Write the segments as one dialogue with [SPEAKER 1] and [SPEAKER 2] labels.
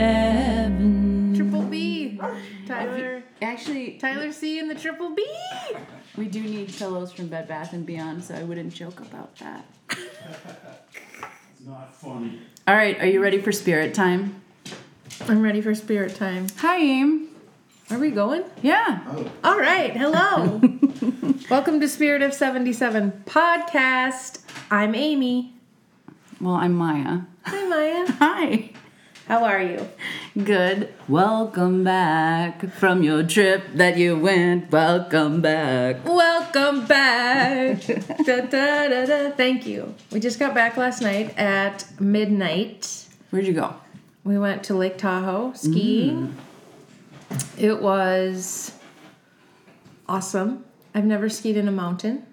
[SPEAKER 1] 77.
[SPEAKER 2] Triple B. Tyler.
[SPEAKER 3] Actually,
[SPEAKER 2] Tyler C and the Triple B.
[SPEAKER 3] we do need pillows from Bed Bath and Beyond, so I wouldn't joke about that.
[SPEAKER 4] It's not funny.
[SPEAKER 3] All right, are you ready for spirit time?
[SPEAKER 2] I'm ready for spirit time.
[SPEAKER 3] Hi, Aim.
[SPEAKER 2] Are we going?
[SPEAKER 3] Yeah.
[SPEAKER 2] All right. Hello. Welcome to Spirit of 77 podcast. I'm Amy.
[SPEAKER 3] Well, I'm Maya.
[SPEAKER 2] Hi, Maya.
[SPEAKER 3] Hi.
[SPEAKER 2] How are you?
[SPEAKER 3] Good. Welcome back from your trip that you went. Welcome back.
[SPEAKER 2] Welcome back. Da, da, da, da. Thank you. We just got back last night at midnight.
[SPEAKER 3] Where'd you go?
[SPEAKER 2] We went to Lake Tahoe skiing.
[SPEAKER 3] Mm.
[SPEAKER 2] It was awesome. I've never skied in a mountain.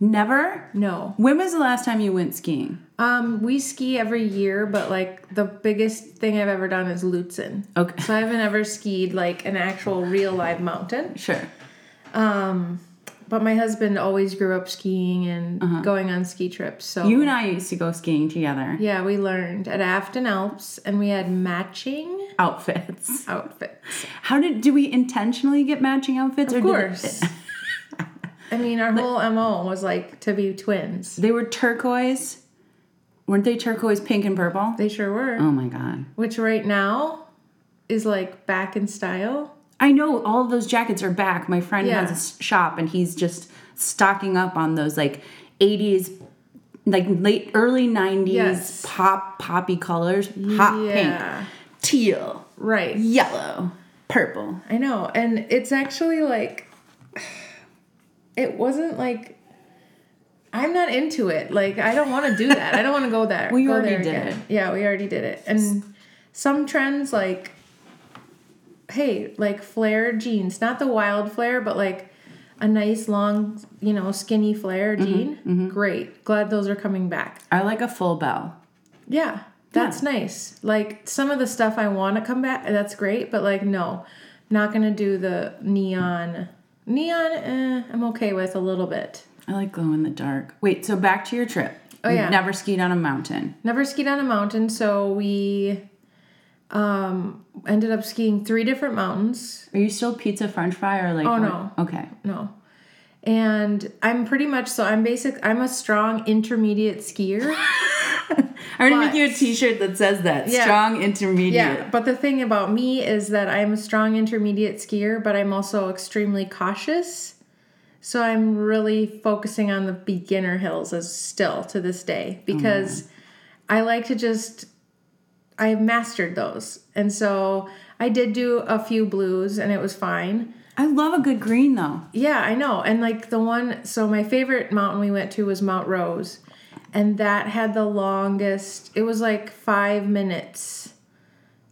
[SPEAKER 3] Never?
[SPEAKER 2] No.
[SPEAKER 3] When was the last time you went skiing?
[SPEAKER 2] Um, we ski every year, but like the biggest thing I've ever done is Lutzen.
[SPEAKER 3] Okay.
[SPEAKER 2] So I haven't ever skied like an actual real live mountain. Um,
[SPEAKER 3] Sure.
[SPEAKER 2] But my husband always grew up skiing and going on ski trips. So
[SPEAKER 3] Uh-huh. You and I used to go skiing together.
[SPEAKER 2] yeah, we learned at Afton Alps and we had matching
[SPEAKER 3] Outfits.
[SPEAKER 2] outfits.
[SPEAKER 3] How did do we intentionally get matching outfits?
[SPEAKER 2] Of
[SPEAKER 3] did-
[SPEAKER 2] course. I mean, our whole MO was like to be twins.
[SPEAKER 3] they were turquoise. Weren't they turquoise, pink, and purple?
[SPEAKER 2] They sure were.
[SPEAKER 3] Oh my god.
[SPEAKER 2] Which right now is like back in style.
[SPEAKER 3] I know all of those jackets are back. My friend
[SPEAKER 2] Yeah.
[SPEAKER 3] has a s- shop and he's just stocking up on those like 80s like late early 90s
[SPEAKER 2] Yes.
[SPEAKER 3] pop poppy colors, pop
[SPEAKER 2] Yeah.
[SPEAKER 3] pink, teal,
[SPEAKER 2] Right.
[SPEAKER 3] yellow, purple.
[SPEAKER 2] I know. And it's actually like, it wasn't like, I'm not into it. Like, I don't want to do that. I don't want to go there.
[SPEAKER 3] We
[SPEAKER 2] go
[SPEAKER 3] already
[SPEAKER 2] there
[SPEAKER 3] did
[SPEAKER 2] again.
[SPEAKER 3] it.
[SPEAKER 2] Yeah, we already did it. And some trends, like, hey, like flare jeans, not the wild flare, but like a nice long, you know, skinny flare
[SPEAKER 3] Mm-hmm.
[SPEAKER 2] jean. Great. Glad those are coming back.
[SPEAKER 3] I like a full bell.
[SPEAKER 2] Yeah, that's nice. Like some of the stuff I want to come back, that's great, but like no, not gonna do the neon. Neon, eh, I'm okay with a little bit.
[SPEAKER 3] I like glow in the dark. Wait, so back to your trip.
[SPEAKER 2] Oh,
[SPEAKER 3] You've
[SPEAKER 2] yeah.
[SPEAKER 3] Never skied on a mountain.
[SPEAKER 2] Never skied on a mountain, so we um ended up skiing three different mountains.
[SPEAKER 3] Are you still pizza french fry or like
[SPEAKER 2] Oh,
[SPEAKER 3] what-
[SPEAKER 2] no.
[SPEAKER 3] Okay.
[SPEAKER 2] No. And I'm pretty much so I'm basic I'm a strong intermediate skier.
[SPEAKER 3] I'm gonna
[SPEAKER 2] But-
[SPEAKER 3] make you a t-shirt that says that.
[SPEAKER 2] Yeah.
[SPEAKER 3] Strong intermediate.
[SPEAKER 2] Yeah, but the thing about me is that I'm a strong intermediate skier, but I'm also extremely cautious. So I'm really focusing on the beginner hills as still to this day because I like to just I have mastered those. And so I did do a few blues and it was fine.
[SPEAKER 3] I love a good green though.
[SPEAKER 2] Yeah, I know. And like the one, so my favorite mountain we went to was Mount Rose. And that had the longest, it was like five minutes,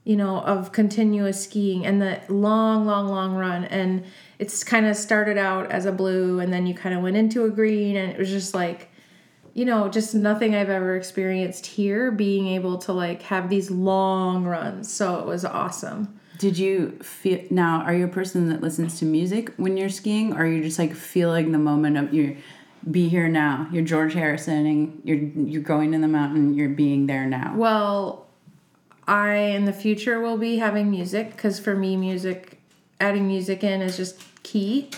[SPEAKER 2] you know, of continuous skiing and the long, long, long run. And it's kind of started out as a blue and then you kind of went into a green. And it was just like, you know, just nothing I've ever experienced here being able to like have these long runs. So it was awesome.
[SPEAKER 3] Did you feel now? Are you a person that listens to music when you're skiing, or are you just like feeling the moment of your be here now? You're George Harrisoning. You're you're going to the mountain. You're being there now.
[SPEAKER 2] Well, I in the future will be having music because for me, music, adding music in is just key.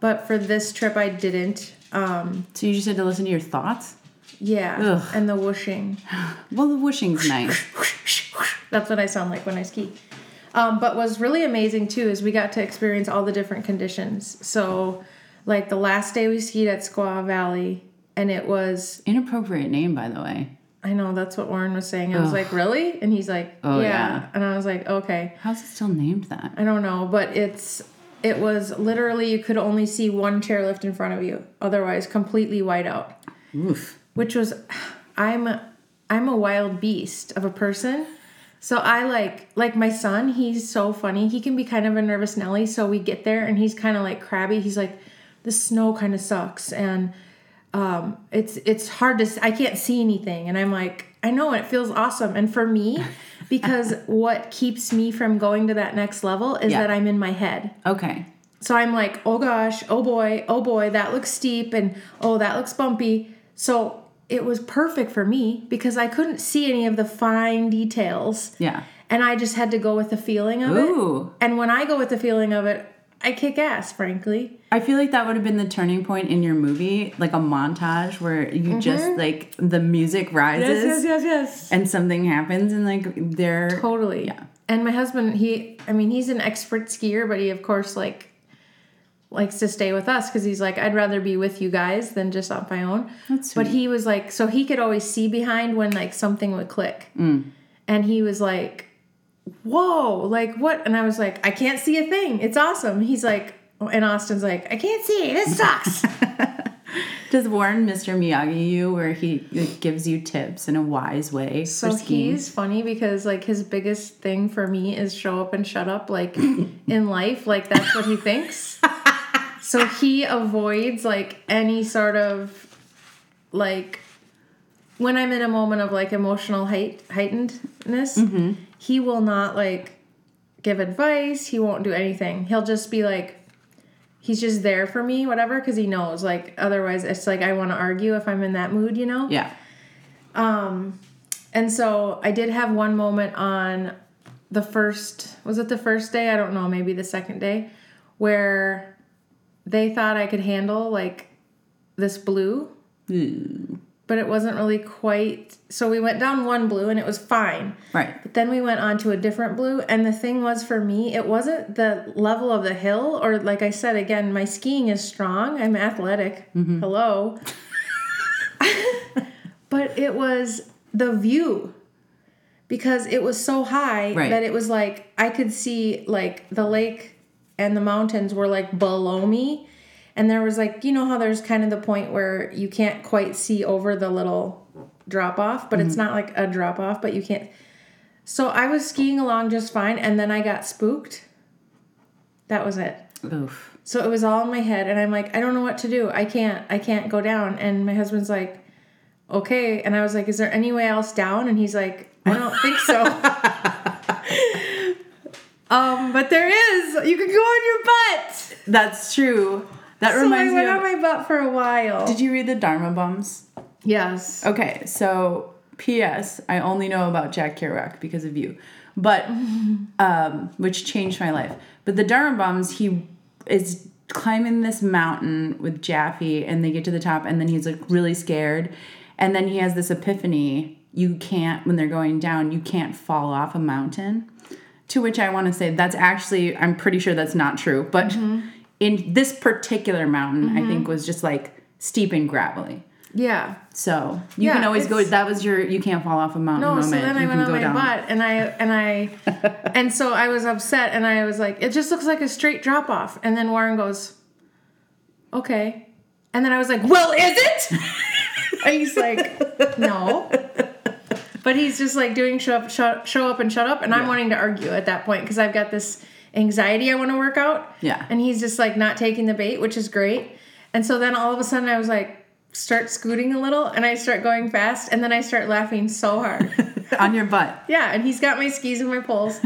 [SPEAKER 2] But for this trip, I didn't. Um,
[SPEAKER 3] So you just had to listen to your thoughts.
[SPEAKER 2] yeah,
[SPEAKER 3] Ugh.
[SPEAKER 2] and the whooshing.
[SPEAKER 3] Well, the whooshing's nice.
[SPEAKER 2] That's what I sound like when I ski. Um, but what's really amazing too is we got to experience all the different conditions. So, like the last day we skied at Squaw Valley, and it was
[SPEAKER 3] Inappropriate name, by the way.
[SPEAKER 2] I know that's what Warren was saying. I was like, really? And he's like,
[SPEAKER 3] Oh, yeah.
[SPEAKER 2] yeah. And I was like, okay.
[SPEAKER 3] How's it still named that?
[SPEAKER 2] I don't know, but it's it was literally you could only see one chairlift in front of you, otherwise completely white out.
[SPEAKER 3] Oof.
[SPEAKER 2] Which was I'm a, I'm a wild beast of a person. So I like like my son, he's so funny. He can be kind of a nervous Nelly, so we get there and he's kind of like crabby. He's like the snow kind of sucks and um it's it's hard to s- I can't see anything and I'm like I know and it feels awesome and for me because what keeps me from going to that next level is
[SPEAKER 3] Yeah.
[SPEAKER 2] that I'm in my head.
[SPEAKER 3] Okay.
[SPEAKER 2] So I'm like, oh gosh, oh boy, oh boy, that looks steep and oh, that looks bumpy. So it was perfect for me because I couldn't see any of the fine details.
[SPEAKER 3] Yeah.
[SPEAKER 2] And I just had to go with the feeling of
[SPEAKER 3] Ooh.
[SPEAKER 2] it. And when I go with the feeling of it, I kick ass, frankly.
[SPEAKER 3] I feel like that would have been the turning point in your movie, like a montage where you just like the music rises
[SPEAKER 2] Mm-hmm. yes, yes.
[SPEAKER 3] and something happens and like they're
[SPEAKER 2] Totally.
[SPEAKER 3] Yeah.
[SPEAKER 2] And my husband, he, I mean, he's an expert skier, but he, of course, like, likes to stay with us because he's like, I'd rather be with you guys than just on my own.
[SPEAKER 3] That's
[SPEAKER 2] But
[SPEAKER 3] sweet.
[SPEAKER 2] he was like, so he could always see behind when like something would click.
[SPEAKER 3] Mm.
[SPEAKER 2] And he was like, whoa, like what? And I was like, I can't see a thing. It's awesome. He's like, and Austin's like, I can't see. This sucks.
[SPEAKER 3] Does Warren Mr. Miyagi you where he like, gives you tips in a wise way
[SPEAKER 2] so
[SPEAKER 3] for skiing?
[SPEAKER 2] he's funny because like his biggest thing for me is show up and shut up. Like in life, like that's what he thinks. so he avoids like any sort of like when I'm in a moment of like emotional height heightenedness, he will not like give advice. He won't do anything. He'll just be like, he's just there for me, whatever, because he knows. Like otherwise, it's like I want to argue if I'm in that mood, you know.
[SPEAKER 3] yeah.
[SPEAKER 2] Um, And so I did have one moment on the first was it the first day? I don't know, maybe the second day where they thought I could handle like this blue, but it wasn't really quite. So we went down one blue and it was fine.
[SPEAKER 3] Right.
[SPEAKER 2] But then we went on to a different blue and the thing was for me, it wasn't the level of the hill or like I said again, my skiing is strong. I'm athletic. Hello. but it was the view because it was so high
[SPEAKER 3] Right.
[SPEAKER 2] that it was like I could see like the lake and the mountains were like below me and there was like you know how there's kind of the point where you can't quite see over the little drop off but it's not like a drop off but you can't so I was skiing along just fine and then I got spooked that was it
[SPEAKER 3] Oof.
[SPEAKER 2] so it was all in my head, and I'm like, I don't know what to do. I can't, I can't go down. And my husband's like, okay. And I was like, is there any way else down? And he's like, I don't think so. um, but there is. You can go on your butt.
[SPEAKER 3] That's true. That
[SPEAKER 2] So I
[SPEAKER 3] reminds me
[SPEAKER 2] went
[SPEAKER 3] of
[SPEAKER 2] on my butt for a while.
[SPEAKER 3] Did you Oh. read the Dharma Bums?
[SPEAKER 2] yes.
[SPEAKER 3] Okay, so P.S. I only know about Jack Kerouac because of you, but um, which changed my life. But the Durham bombs, he is climbing this mountain with Jaffe, and they get to the top, and then he's like really scared, and then he has this epiphany: you can't when they're going down, you can't fall off a mountain. To which I want to say that's actually I'm pretty sure that's not true, but in this particular mountain, I think was just like steep and gravelly.
[SPEAKER 2] Yeah.
[SPEAKER 3] So you
[SPEAKER 2] Yeah,
[SPEAKER 3] can always go.
[SPEAKER 2] it's-
[SPEAKER 3] That was your you can't fall off a mountain
[SPEAKER 2] No,
[SPEAKER 3] moment.
[SPEAKER 2] so then I
[SPEAKER 3] you
[SPEAKER 2] went
[SPEAKER 3] can
[SPEAKER 2] on
[SPEAKER 3] go
[SPEAKER 2] my
[SPEAKER 3] down.
[SPEAKER 2] butt and I and I and so I was upset and I was like, it just looks like a straight drop off. And then Warren goes, Okay. And then I was like, Well, is it? and he's like, No. But he's just like doing show up, shut, show up and shut up, and I'm wanting to argue at that point because I've got this anxiety I want to work out.
[SPEAKER 3] Yeah.
[SPEAKER 2] And he's just like not taking the bait, which is great. And so then all of a sudden I was like, start scooting a little, and I start going fast, and then I start laughing so hard.
[SPEAKER 3] on your butt.
[SPEAKER 2] Yeah, and he's got my skis and my poles.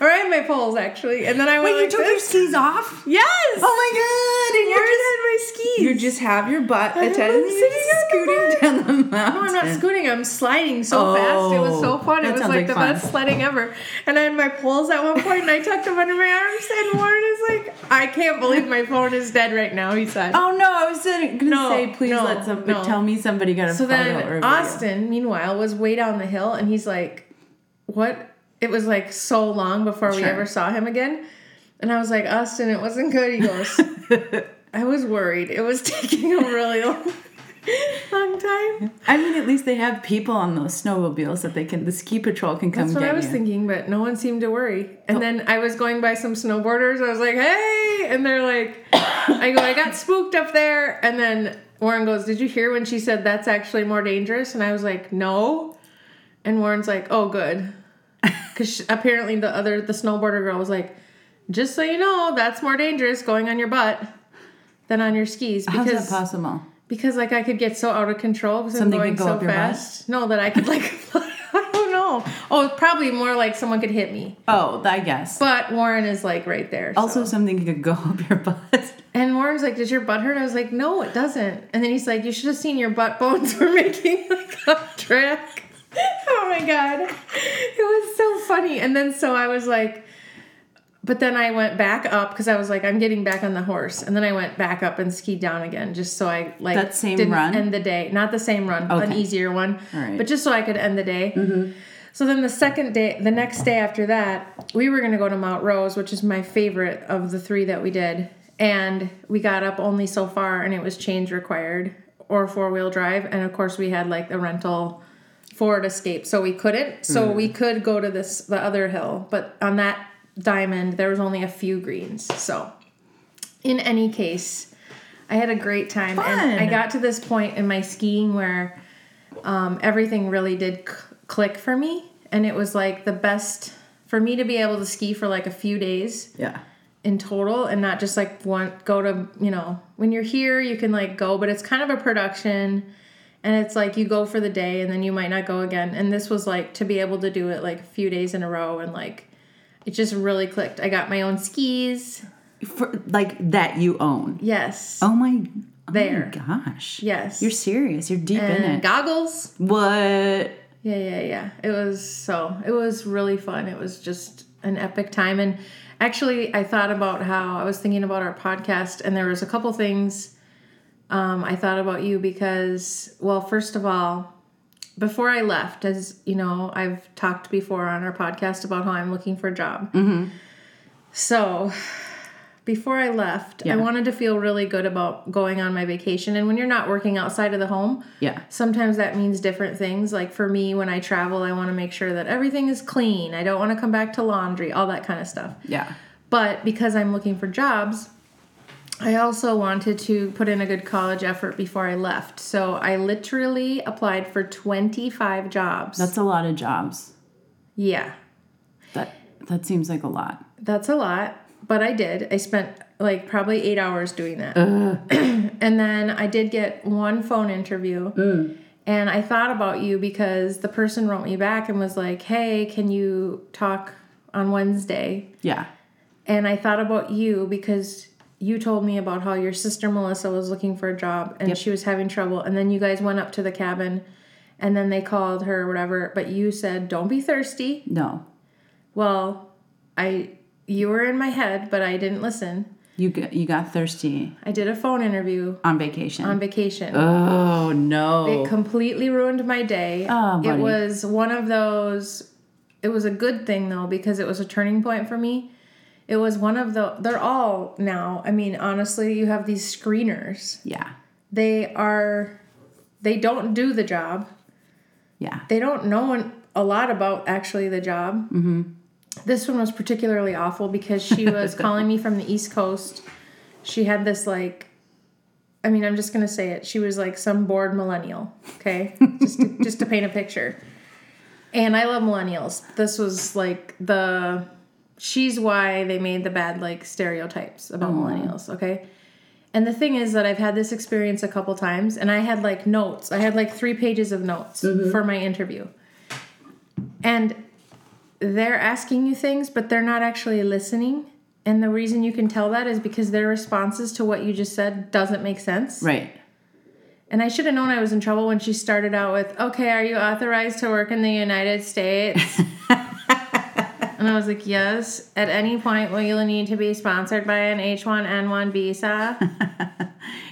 [SPEAKER 2] or I have my poles actually. And then I went like this.
[SPEAKER 3] skis off?
[SPEAKER 2] yes.
[SPEAKER 3] Oh my god! And
[SPEAKER 2] Where's my skis?
[SPEAKER 3] you just have your butt
[SPEAKER 2] have
[SPEAKER 3] attended.
[SPEAKER 2] my
[SPEAKER 3] and You're just
[SPEAKER 2] skis on the
[SPEAKER 3] scooting down the mountain.
[SPEAKER 2] No, I'm not scooting. I'm sliding so fast. It was so fun.
[SPEAKER 3] Oh, that
[SPEAKER 2] It was
[SPEAKER 3] sounds
[SPEAKER 2] like,
[SPEAKER 3] like
[SPEAKER 2] the
[SPEAKER 3] fun.
[SPEAKER 2] best sledding ever. And I had my poles at one point, and I tucked them under my arms. And Warren is like, "I can't believe my phone is dead right now." He said.
[SPEAKER 3] Oh no! I was gonna gonna
[SPEAKER 2] No,
[SPEAKER 3] say, please
[SPEAKER 2] no,
[SPEAKER 3] let somebody
[SPEAKER 2] no.
[SPEAKER 3] tell me somebody got a
[SPEAKER 2] So
[SPEAKER 3] photo or a
[SPEAKER 2] then
[SPEAKER 3] video.
[SPEAKER 2] Austin, meanwhile, was way down the hill, and he's like, "What?" It was like so long before we
[SPEAKER 3] Sure.
[SPEAKER 2] ever saw him again, and I was like, "Austin, it wasn't good." He goes, "I was worried. It was taking a really long, long time."
[SPEAKER 3] I mean, at least they have people on those snowmobiles that they can. The ski patrol can come
[SPEAKER 2] That's what
[SPEAKER 3] get
[SPEAKER 2] I was
[SPEAKER 3] you.
[SPEAKER 2] thinking, but no one seemed to worry. And then I was going by some snowboarders. I was like, "Hey!" And they're like, "I go, I got spooked up there." And then Warren goes, "Did you hear when she said that's actually more dangerous?" And I was like, "No." And Warren's like, "Oh, good," because apparently the other the snowboarder girl was like, "Just so you know, that's more dangerous going on your butt than on your skis
[SPEAKER 3] How's
[SPEAKER 2] because
[SPEAKER 3] that possible?
[SPEAKER 2] because like I could get so out of control because I'm
[SPEAKER 3] Something
[SPEAKER 2] going
[SPEAKER 3] could go
[SPEAKER 2] so
[SPEAKER 3] up your butt?
[SPEAKER 2] fast. No, that I could like I don't know. home. Oh, probably more like someone could hit me.
[SPEAKER 3] Oh, I guess.
[SPEAKER 2] But Warren is like right there. so-
[SPEAKER 3] also, something could go up your butt.
[SPEAKER 2] and Warren's like, "Does your butt hurt?" I was like, "No, it doesn't." And then he's like, "You should have seen your butt bones were making like a track." oh my god, it was so funny. And then so I was like, but then I went back up because I was like, "I'm getting back on the horse." And then I went back up and skied down again, just so I like
[SPEAKER 3] That same
[SPEAKER 2] didn't
[SPEAKER 3] run?
[SPEAKER 2] end the day. Not the same run, an
[SPEAKER 3] Okay.
[SPEAKER 2] easier one,
[SPEAKER 3] All right.
[SPEAKER 2] but just so I could end the day. So then the second day, the next day after that, we were going to go to Mount Rose, which is my favorite of the three that we did. And we got up only so far, and it was change required or four wheel drive. And of course, we had like the rental Ford Escape, so we couldn't. So we could go to this the other hill, but on that diamond, there was only a few greens. So, in any case, I had a great time, and I
[SPEAKER 3] Fun.
[SPEAKER 2] got to this point in my skiing where um, everything really did c- click for me and it was like the best for me to be able to ski for like a few days
[SPEAKER 3] Yeah.
[SPEAKER 2] in total and not just like one go to you know when you're here you can like go but it's kind of a production and it's like you go for the day and then you might not go again and this was like to be able to do it like a few days in a row and like it just really clicked i got my own skis
[SPEAKER 3] For, like that you own.
[SPEAKER 2] yes
[SPEAKER 3] Oh my. Oh
[SPEAKER 2] There.
[SPEAKER 3] My gosh.
[SPEAKER 2] yes
[SPEAKER 3] You're serious. You're deep in
[SPEAKER 2] and
[SPEAKER 3] it.
[SPEAKER 2] goggles
[SPEAKER 3] what?
[SPEAKER 2] Yeah, yeah, yeah. It was so, it was really fun. It was just an epic time. And actually, I thought about how I was thinking about our podcast, and there was a couple things um, I thought about you because, well, first of all, before I left, as you know, I've talked before on our podcast about how I'm looking for a job. So before I left,
[SPEAKER 3] Yeah.
[SPEAKER 2] I wanted to feel really good about going on my vacation. And when you're not working outside of the home,
[SPEAKER 3] Yeah.
[SPEAKER 2] sometimes that means different things. Like for me, when I travel, I want to make sure that everything is clean. I don't want to come back to laundry, all that kind of stuff.
[SPEAKER 3] Yeah.
[SPEAKER 2] But because I'm looking for jobs, I also wanted to put in a good college effort before I left. So I literally applied for 25 jobs.
[SPEAKER 3] That's a lot of jobs.
[SPEAKER 2] yeah,
[SPEAKER 3] That that seems like a lot.
[SPEAKER 2] that's a lot. But I did. I spent like probably eight hours doing that. and then I did get one phone interview. And I thought about you because the person wrote me back and was like, hey, can you talk on Wednesday?
[SPEAKER 3] Yeah.
[SPEAKER 2] And I thought about you because you told me about how your sister Melissa was looking for a job and she was having trouble. And then you guys went up to the cabin and then they called her or whatever. But you said, don't be thirsty.
[SPEAKER 3] No.
[SPEAKER 2] Well, I. You were in my head, but I didn't listen.
[SPEAKER 3] You got, you got thirsty
[SPEAKER 2] I did a phone interview
[SPEAKER 3] on vacation.
[SPEAKER 2] on vacation.
[SPEAKER 3] oh no.
[SPEAKER 2] It completely ruined my day.
[SPEAKER 3] Oh,
[SPEAKER 2] it
[SPEAKER 3] buddy.
[SPEAKER 2] was one of those. It was a good thing though because it was a turning point for me. It was one of the. They're all now. I mean, honestly, you have these screeners.
[SPEAKER 3] yeah.
[SPEAKER 2] They are. They don't do the job.
[SPEAKER 3] Yeah.
[SPEAKER 2] They don't know an- a lot about actually the job. Mm-hmm. This one was particularly awful because she was calling me from the East Coast. She had this like I mean, I'm just gonna say it. She was like some bored millennial. Okay, just to, just to paint a picture. And I love millennials. This was like the she's why they made the bad like stereotypes about millennials. Okay. And the thing is that I've had this experience a couple times, and I had like notes. I had like three pages of notes for my interview. And they're asking you things, but they're not actually listening. And the reason you can tell that is because their responses to what you just said doesn't make sense.
[SPEAKER 3] Right.
[SPEAKER 2] And I should have known I was in trouble when she started out with, okay, are you authorized to work in the United States? and I was like, yes. At any point, will you need to be sponsored by an H1N1 visa?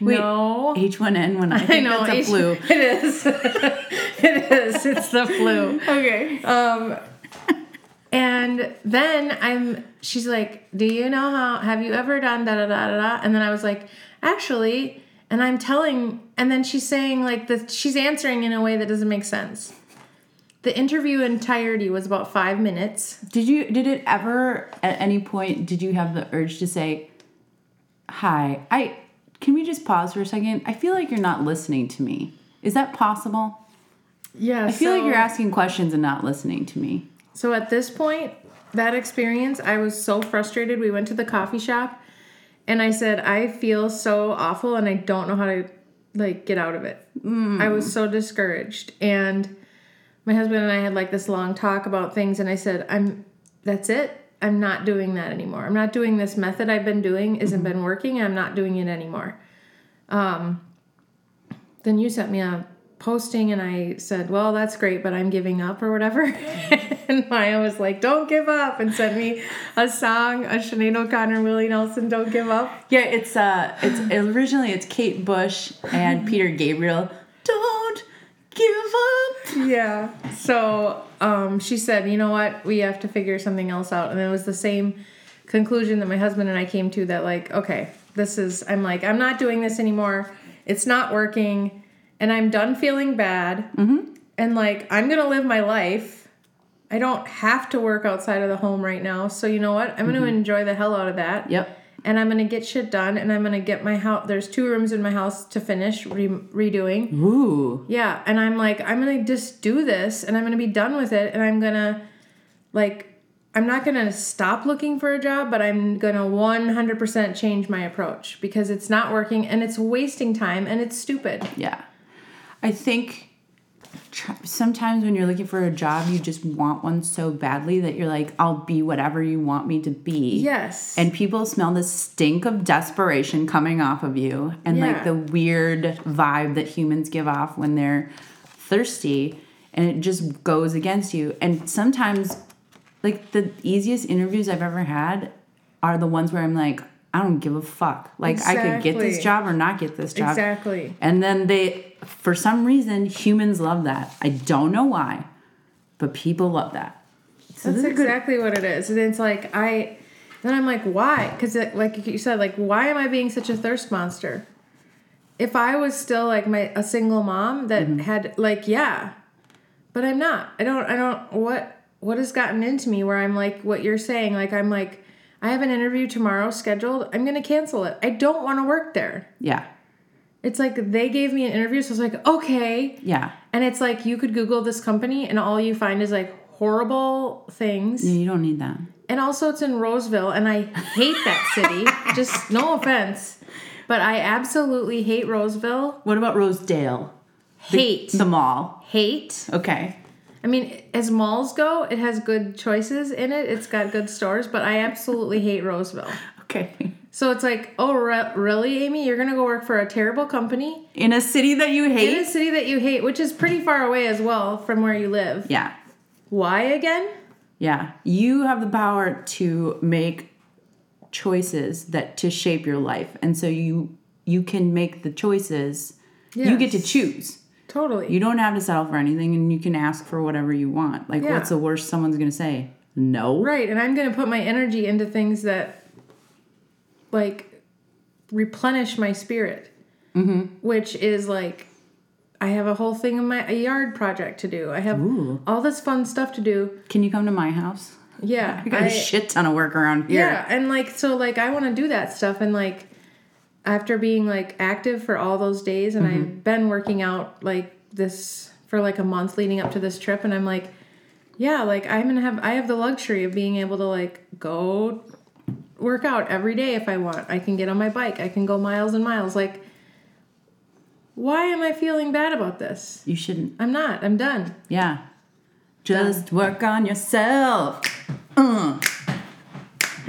[SPEAKER 2] no.
[SPEAKER 3] H1N1. I, think
[SPEAKER 2] I know.
[SPEAKER 3] that's a
[SPEAKER 2] H-
[SPEAKER 3] flu.
[SPEAKER 2] It is. it is. It's the flu.
[SPEAKER 3] Okay.
[SPEAKER 2] Um, and then I'm, she's like, Do you know how, have you ever done da da da da da? And then I was like, Actually, and I'm telling, and then she's saying, like, the, she's answering in a way that doesn't make sense. The interview entirety was about five minutes.
[SPEAKER 3] Did you did it ever at any point did you have the urge to say hi? I can we just pause for a second? I feel like you're not listening to me. Is that possible?
[SPEAKER 2] Yeah.
[SPEAKER 3] I feel like you're asking questions and not listening to me.
[SPEAKER 2] So at this point, that experience, I was so frustrated. We went to the coffee shop and I said, I feel so awful and I don't know how to like get out of it. I was so discouraged. And my husband and I had like this long talk about things, and I said, "I'm that's it. I'm not doing that anymore. I'm not doing this method I've been doing isn't been working. I'm not doing it anymore." Um, then you sent me a posting, and I said, "Well, that's great, but I'm giving up or whatever." and Maya was like, "Don't give up," and sent me a song, a Sinead O'Connor, Willie Nelson, "Don't Give Up."
[SPEAKER 3] Yeah, it's uh, it's originally it's Kate Bush and Peter Gabriel. Don't give up.
[SPEAKER 2] Yeah. So um, she said, you know what? We have to figure something else out. And it was the same conclusion that my husband and I came to that, like, okay, this is, I'm like, I'm not doing this anymore. It's not working. And I'm done feeling bad. And like, I'm going to live my life. I don't have to work outside of the home right now. So you know what? I'm going to enjoy the hell out of that
[SPEAKER 3] Yep.
[SPEAKER 2] and I'm gonna get shit done, and I'm gonna get my house. There's two rooms in my house to finish re- redoing.
[SPEAKER 3] Ooh.
[SPEAKER 2] Yeah, and I'm like, I'm gonna just do this, and I'm gonna be done with it, and I'm gonna, like, I'm not gonna stop looking for a job, but I'm gonna 100% change my approach because it's not working, and it's wasting time, and it's stupid.
[SPEAKER 3] Yeah. I think tr- sometimes when you're looking for a job, you just want one so badly that you're like, I'll be whatever you want me to be.
[SPEAKER 2] Yes.
[SPEAKER 3] And people smell the stink of desperation coming off of you and like
[SPEAKER 2] Yeah.
[SPEAKER 3] the weird vibe that humans give off when they're thirsty and it just goes against you. And sometimes, like, the easiest interviews I've ever had are the ones where I'm like, I don't give a fuck. Like, I could get this
[SPEAKER 2] Exactly.
[SPEAKER 3] job or not get this job.
[SPEAKER 2] Exactly.
[SPEAKER 3] And then they, for some reason, humans love that. I don't know why, but people love that. So
[SPEAKER 2] That's
[SPEAKER 3] this is good-
[SPEAKER 2] exactly what it is. And it's like I then I'm like, why? Because like you said, like why am I being such a thirst monster? If I was still like my a single mom that had like yeah, but I'm not. I don't. I don't. What what has gotten into me where I'm like what you're saying? Like I'm like I have an interview tomorrow scheduled. I'm gonna cancel it. I don't want to work there.
[SPEAKER 3] Yeah.
[SPEAKER 2] It's like they gave me an interview, so it's like okay.
[SPEAKER 3] Yeah.
[SPEAKER 2] And it's like you could Google this company, and all you find is like horrible things.
[SPEAKER 3] You don't need that.
[SPEAKER 2] And also, it's in Roseville, and I hate that city. Just no offense, but I absolutely hate Roseville.
[SPEAKER 3] What about Rosedale?
[SPEAKER 2] Hate.
[SPEAKER 3] The mall.
[SPEAKER 2] hate.
[SPEAKER 3] Okay.
[SPEAKER 2] I mean, as malls go, it has good choices in it, it's got good stores, but I absolutely hate Roseville.
[SPEAKER 3] Okay.
[SPEAKER 2] So it's like, oh, re- really, Amy? You're going to go work for a terrible company
[SPEAKER 3] In a city that you hate?
[SPEAKER 2] in a city that you hate, which is pretty far away as well from where you live.
[SPEAKER 3] Yeah.
[SPEAKER 2] Why again?
[SPEAKER 3] Yeah. You have the power to make choices that to shape your life. And so you you can make the choices. You get to
[SPEAKER 2] Yes.
[SPEAKER 3] choose.
[SPEAKER 2] Totally.
[SPEAKER 3] You don't have to settle for anything and you can ask for whatever you want. Like,
[SPEAKER 2] Yeah.
[SPEAKER 3] what's the worst someone's going to say? No.
[SPEAKER 2] Right, and I'm going to put my energy into things that like replenish my spirit, mm-hmm. which is like I have a whole thing in my a yard project to do. I have all this fun stuff to do.
[SPEAKER 3] Can you come to my house?
[SPEAKER 2] Yeah,
[SPEAKER 3] I got
[SPEAKER 2] I-
[SPEAKER 3] a shit ton of work around here.
[SPEAKER 2] yeah, and like so, like I want to do that stuff, and like after being like active for all those days, and I've been working out like this for like a month leading up to this trip, and I'm like, yeah, like I'm gonna have I have the luxury of being able to like go work out every day if I want. I can get on my bike. I can go miles and miles. Like, why am I feeling bad about this?
[SPEAKER 3] You shouldn't.
[SPEAKER 2] I'm not. I'm done.
[SPEAKER 3] Yeah. Just work on yourself. Uh.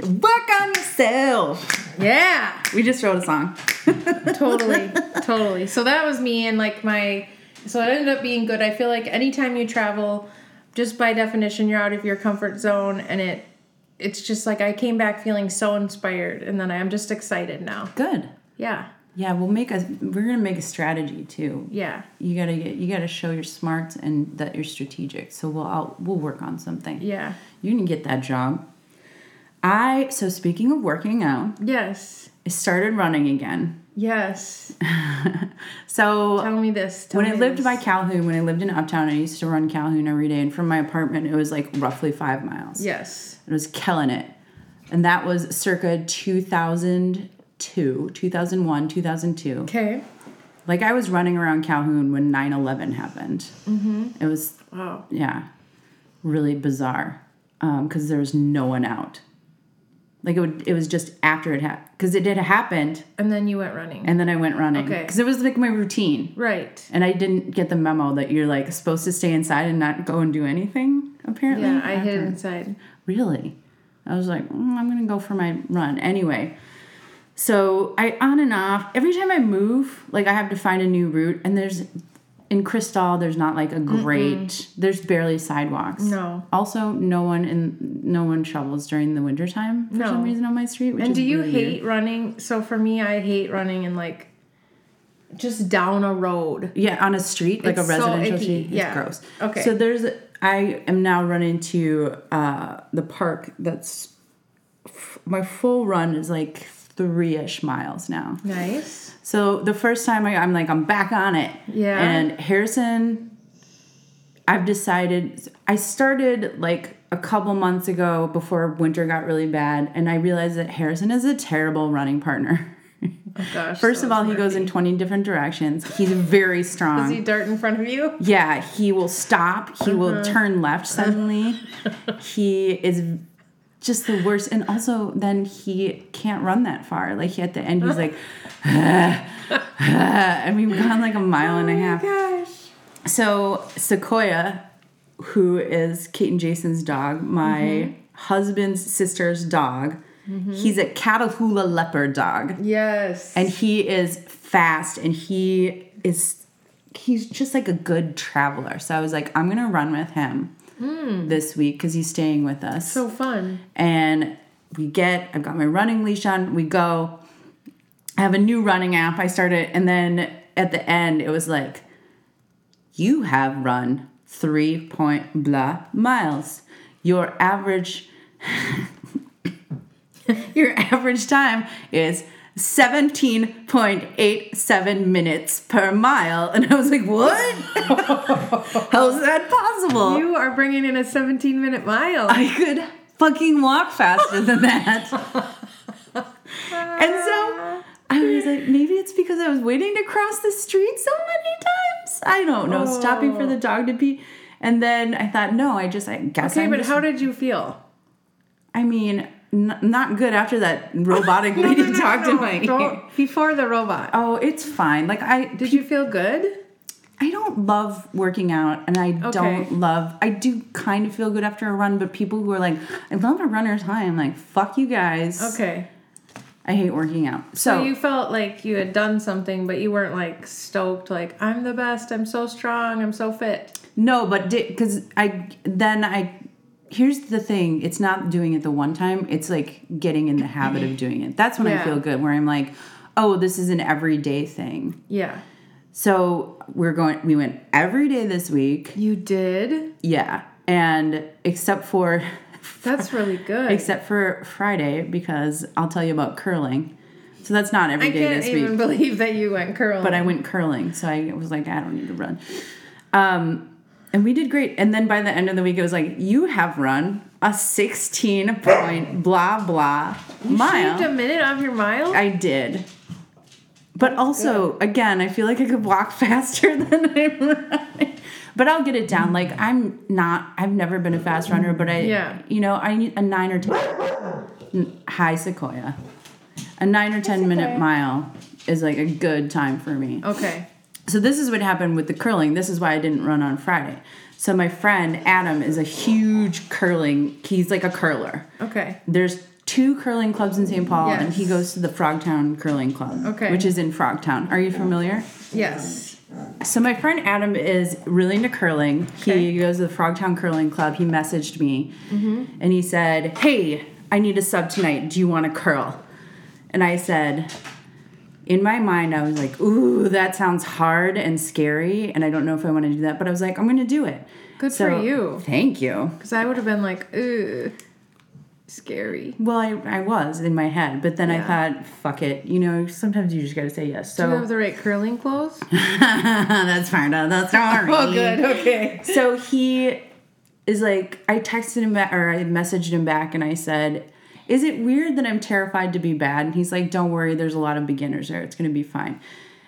[SPEAKER 3] Work on yourself.
[SPEAKER 2] Yeah.
[SPEAKER 3] We just wrote a song.
[SPEAKER 2] totally totally so that was me and like my so it ended up being good i feel like anytime you travel just by definition you're out of your comfort zone and it it's just like i came back feeling so inspired and then i'm just excited now
[SPEAKER 3] Good.
[SPEAKER 2] yeah
[SPEAKER 3] Yeah, we'll make a. We're gonna make a strategy too.
[SPEAKER 2] yeah
[SPEAKER 3] You gotta get. You gotta show your smarts and that you're strategic. So we'll. I'll, we'll work on something.
[SPEAKER 2] yeah
[SPEAKER 3] You didn't get that job. I. So speaking of working out,
[SPEAKER 2] yes
[SPEAKER 3] I started running again.
[SPEAKER 2] yes
[SPEAKER 3] So
[SPEAKER 2] tell me this tell
[SPEAKER 3] when
[SPEAKER 2] me
[SPEAKER 3] I lived
[SPEAKER 2] this.
[SPEAKER 3] by Calhoun, when I lived in Uptown, I used to run Calhoun every day, and from my apartment, it was like roughly five miles.
[SPEAKER 2] yes
[SPEAKER 3] and was killing it. And that was circa 2002, 2001, 2002.
[SPEAKER 2] okay
[SPEAKER 3] Like I was running around Calhoun when 9 11 happened. Mm-hmm. It was,
[SPEAKER 2] wow
[SPEAKER 3] um, yeah, really bizarre because there was no one out. Like it, would, it was just after it happened because it had happened,
[SPEAKER 2] And then you went running.
[SPEAKER 3] and then I went running
[SPEAKER 2] Okay.
[SPEAKER 3] because it was like my routine,
[SPEAKER 2] right.
[SPEAKER 3] and I didn't get the memo that you're like supposed to stay inside and not go and do anything. Apparently,
[SPEAKER 2] Yeah, I hid
[SPEAKER 3] after.
[SPEAKER 2] inside.
[SPEAKER 3] really i was like "Mm, i'm gonna go for my run anyway so i on and off every time i move like i have to find a new route and there's in crystal there's not like a great there's barely sidewalks
[SPEAKER 2] No.
[SPEAKER 3] also no one in no one shovels during the wintertime for
[SPEAKER 2] No.
[SPEAKER 3] some reason on my street which
[SPEAKER 2] And
[SPEAKER 3] is
[SPEAKER 2] do you
[SPEAKER 3] really
[SPEAKER 2] hate running? So for me, I hate running in like just down a road.
[SPEAKER 3] Yeah, on a street, like
[SPEAKER 2] It's
[SPEAKER 3] a
[SPEAKER 2] so
[SPEAKER 3] residential
[SPEAKER 2] icky.
[SPEAKER 3] street. It's
[SPEAKER 2] Yeah.
[SPEAKER 3] gross.
[SPEAKER 2] Okay.
[SPEAKER 3] So there's, I am now running to uh, the park that's, f- my full run is like three ish miles now.
[SPEAKER 2] Nice.
[SPEAKER 3] So the first time I, I'm like, I'm back on it.
[SPEAKER 2] Yeah.
[SPEAKER 3] And Harrison, I've decided, I started like a couple months ago before winter got really bad, and I realized that Harrison is a terrible running partner.
[SPEAKER 2] Oh gosh.
[SPEAKER 3] First
[SPEAKER 2] that
[SPEAKER 3] of all,
[SPEAKER 2] was
[SPEAKER 3] he goes in
[SPEAKER 2] nerdy.
[SPEAKER 3] 20 different directions. He's very strong.
[SPEAKER 2] Does he dart in front of you?
[SPEAKER 3] Yeah, he will stop. He will turn left suddenly. he is just the worst. And also, then he can't run that far. Like at the end, he's like, and we've gone like a mile
[SPEAKER 2] Oh
[SPEAKER 3] and a half.
[SPEAKER 2] Gosh.
[SPEAKER 3] So Sequoia, who is Kate and Jason's dog, my husband's sister's dog, he's a Catahoula leopard dog
[SPEAKER 2] Yes.
[SPEAKER 3] and he is fast and he is he's just like a good traveler so i was like i'm gonna run with him this week because he's staying with us
[SPEAKER 2] so fun.
[SPEAKER 3] and we get i've got my running leash on we go i have a new running app i started and then at the end it was like you have run three point blah miles your average your average time is 17.87 minutes per mile and i was like what how's that possible
[SPEAKER 2] You are bringing in a 17 minute mile.
[SPEAKER 3] Oh. I could fucking walk faster than that. and so I was like, maybe it's because I was waiting to cross the street so many times. I don't know, stopping
[SPEAKER 2] Oh.
[SPEAKER 3] for the dog to pee. And then I thought, no, I just, I guess
[SPEAKER 2] okay,
[SPEAKER 3] I'm
[SPEAKER 2] but
[SPEAKER 3] just-
[SPEAKER 2] how did you feel?
[SPEAKER 3] I mean, n- not good after that robotic lady
[SPEAKER 2] No, no,
[SPEAKER 3] talked
[SPEAKER 2] no,
[SPEAKER 3] in
[SPEAKER 2] no.
[SPEAKER 3] my ear.
[SPEAKER 2] Don't- Before the robot.
[SPEAKER 3] Oh, it's fine. Like I,
[SPEAKER 2] Did you feel good?
[SPEAKER 3] I don't love working out and I
[SPEAKER 2] Okay.
[SPEAKER 3] don't love I do kind of feel good after a run, but people who are like, I love a runner's high, I'm like, fuck you guys.
[SPEAKER 2] Okay.
[SPEAKER 3] I hate working out. So,
[SPEAKER 2] So you felt like you had done something, but you weren't like stoked, like, I'm the best, I'm so strong, I'm so fit.
[SPEAKER 3] no, but because I then I here's the thing: it's not doing it the one time. It's like getting in the habit of doing it. That's when I
[SPEAKER 2] Yeah.
[SPEAKER 3] feel good. Where I'm like, oh, this is an everyday thing.
[SPEAKER 2] Yeah.
[SPEAKER 3] So we're going. We went every day this week.
[SPEAKER 2] You did?
[SPEAKER 3] Yeah, and except for
[SPEAKER 2] That's really good.
[SPEAKER 3] except for Friday because I'll tell you about curling. So that's not every
[SPEAKER 2] I
[SPEAKER 3] day
[SPEAKER 2] can't
[SPEAKER 3] this
[SPEAKER 2] even
[SPEAKER 3] week.
[SPEAKER 2] believe that you went curling.
[SPEAKER 3] but I went curling, so I was like, I don't need to run. Um, and we did great. And then by the end of the week, it was like, you have run a 16 point blah blah
[SPEAKER 2] shaved a
[SPEAKER 3] mile.
[SPEAKER 2] minute off your mile?
[SPEAKER 3] I did. But also, again, I feel like I could walk faster than I'm running. But I'll get it down.
[SPEAKER 2] Mm-hmm.
[SPEAKER 3] Like I'm not. I've never been a fast runner, but I,
[SPEAKER 2] Yeah.
[SPEAKER 3] you know, I need a nine or ten. High sequoia, a nine or ten minute
[SPEAKER 2] Sequoia.
[SPEAKER 3] mile is like a good time for me.
[SPEAKER 2] okay.
[SPEAKER 3] So this is what happened with the curling. This is why I didn't run on Friday. So my friend Adam is a huge curling. He's like a curler.
[SPEAKER 2] Okay.
[SPEAKER 3] There's two curling clubs in St. Paul, and he
[SPEAKER 2] Yes.
[SPEAKER 3] goes to the Frogtown Curling Club,
[SPEAKER 2] Okay.
[SPEAKER 3] which is in Frogtown. Are you familiar?
[SPEAKER 2] Yes.
[SPEAKER 3] So my friend Adam is really into curling. He
[SPEAKER 2] Okay. Mm-hmm.
[SPEAKER 3] goes to the Frogtown Curling Club. He messaged me, and he said, "Hey, I need a sub tonight. Do you want to curl?" And I said, in my mind, I was like, "Ooh, that sounds hard and scary, and I don't know if I want to do that." But I was like, "I'm going to do it."
[SPEAKER 2] Good for you.
[SPEAKER 3] Thank you.
[SPEAKER 2] Because I would have been like, ooh, scary.
[SPEAKER 3] Well, I, I was in my head, but then
[SPEAKER 2] Yeah.
[SPEAKER 3] I thought, "Fuck it." You know, sometimes you just got to say yes.
[SPEAKER 2] Do you
[SPEAKER 3] So
[SPEAKER 2] have the right curling clothes?
[SPEAKER 3] that's fine. That's not
[SPEAKER 2] Oh, good. Okay.
[SPEAKER 3] so he is like i texted him back, or i messaged him back and i said is it weird that i'm terrified to be bad and he's like don't worry there's a lot of beginners there it's going to be fine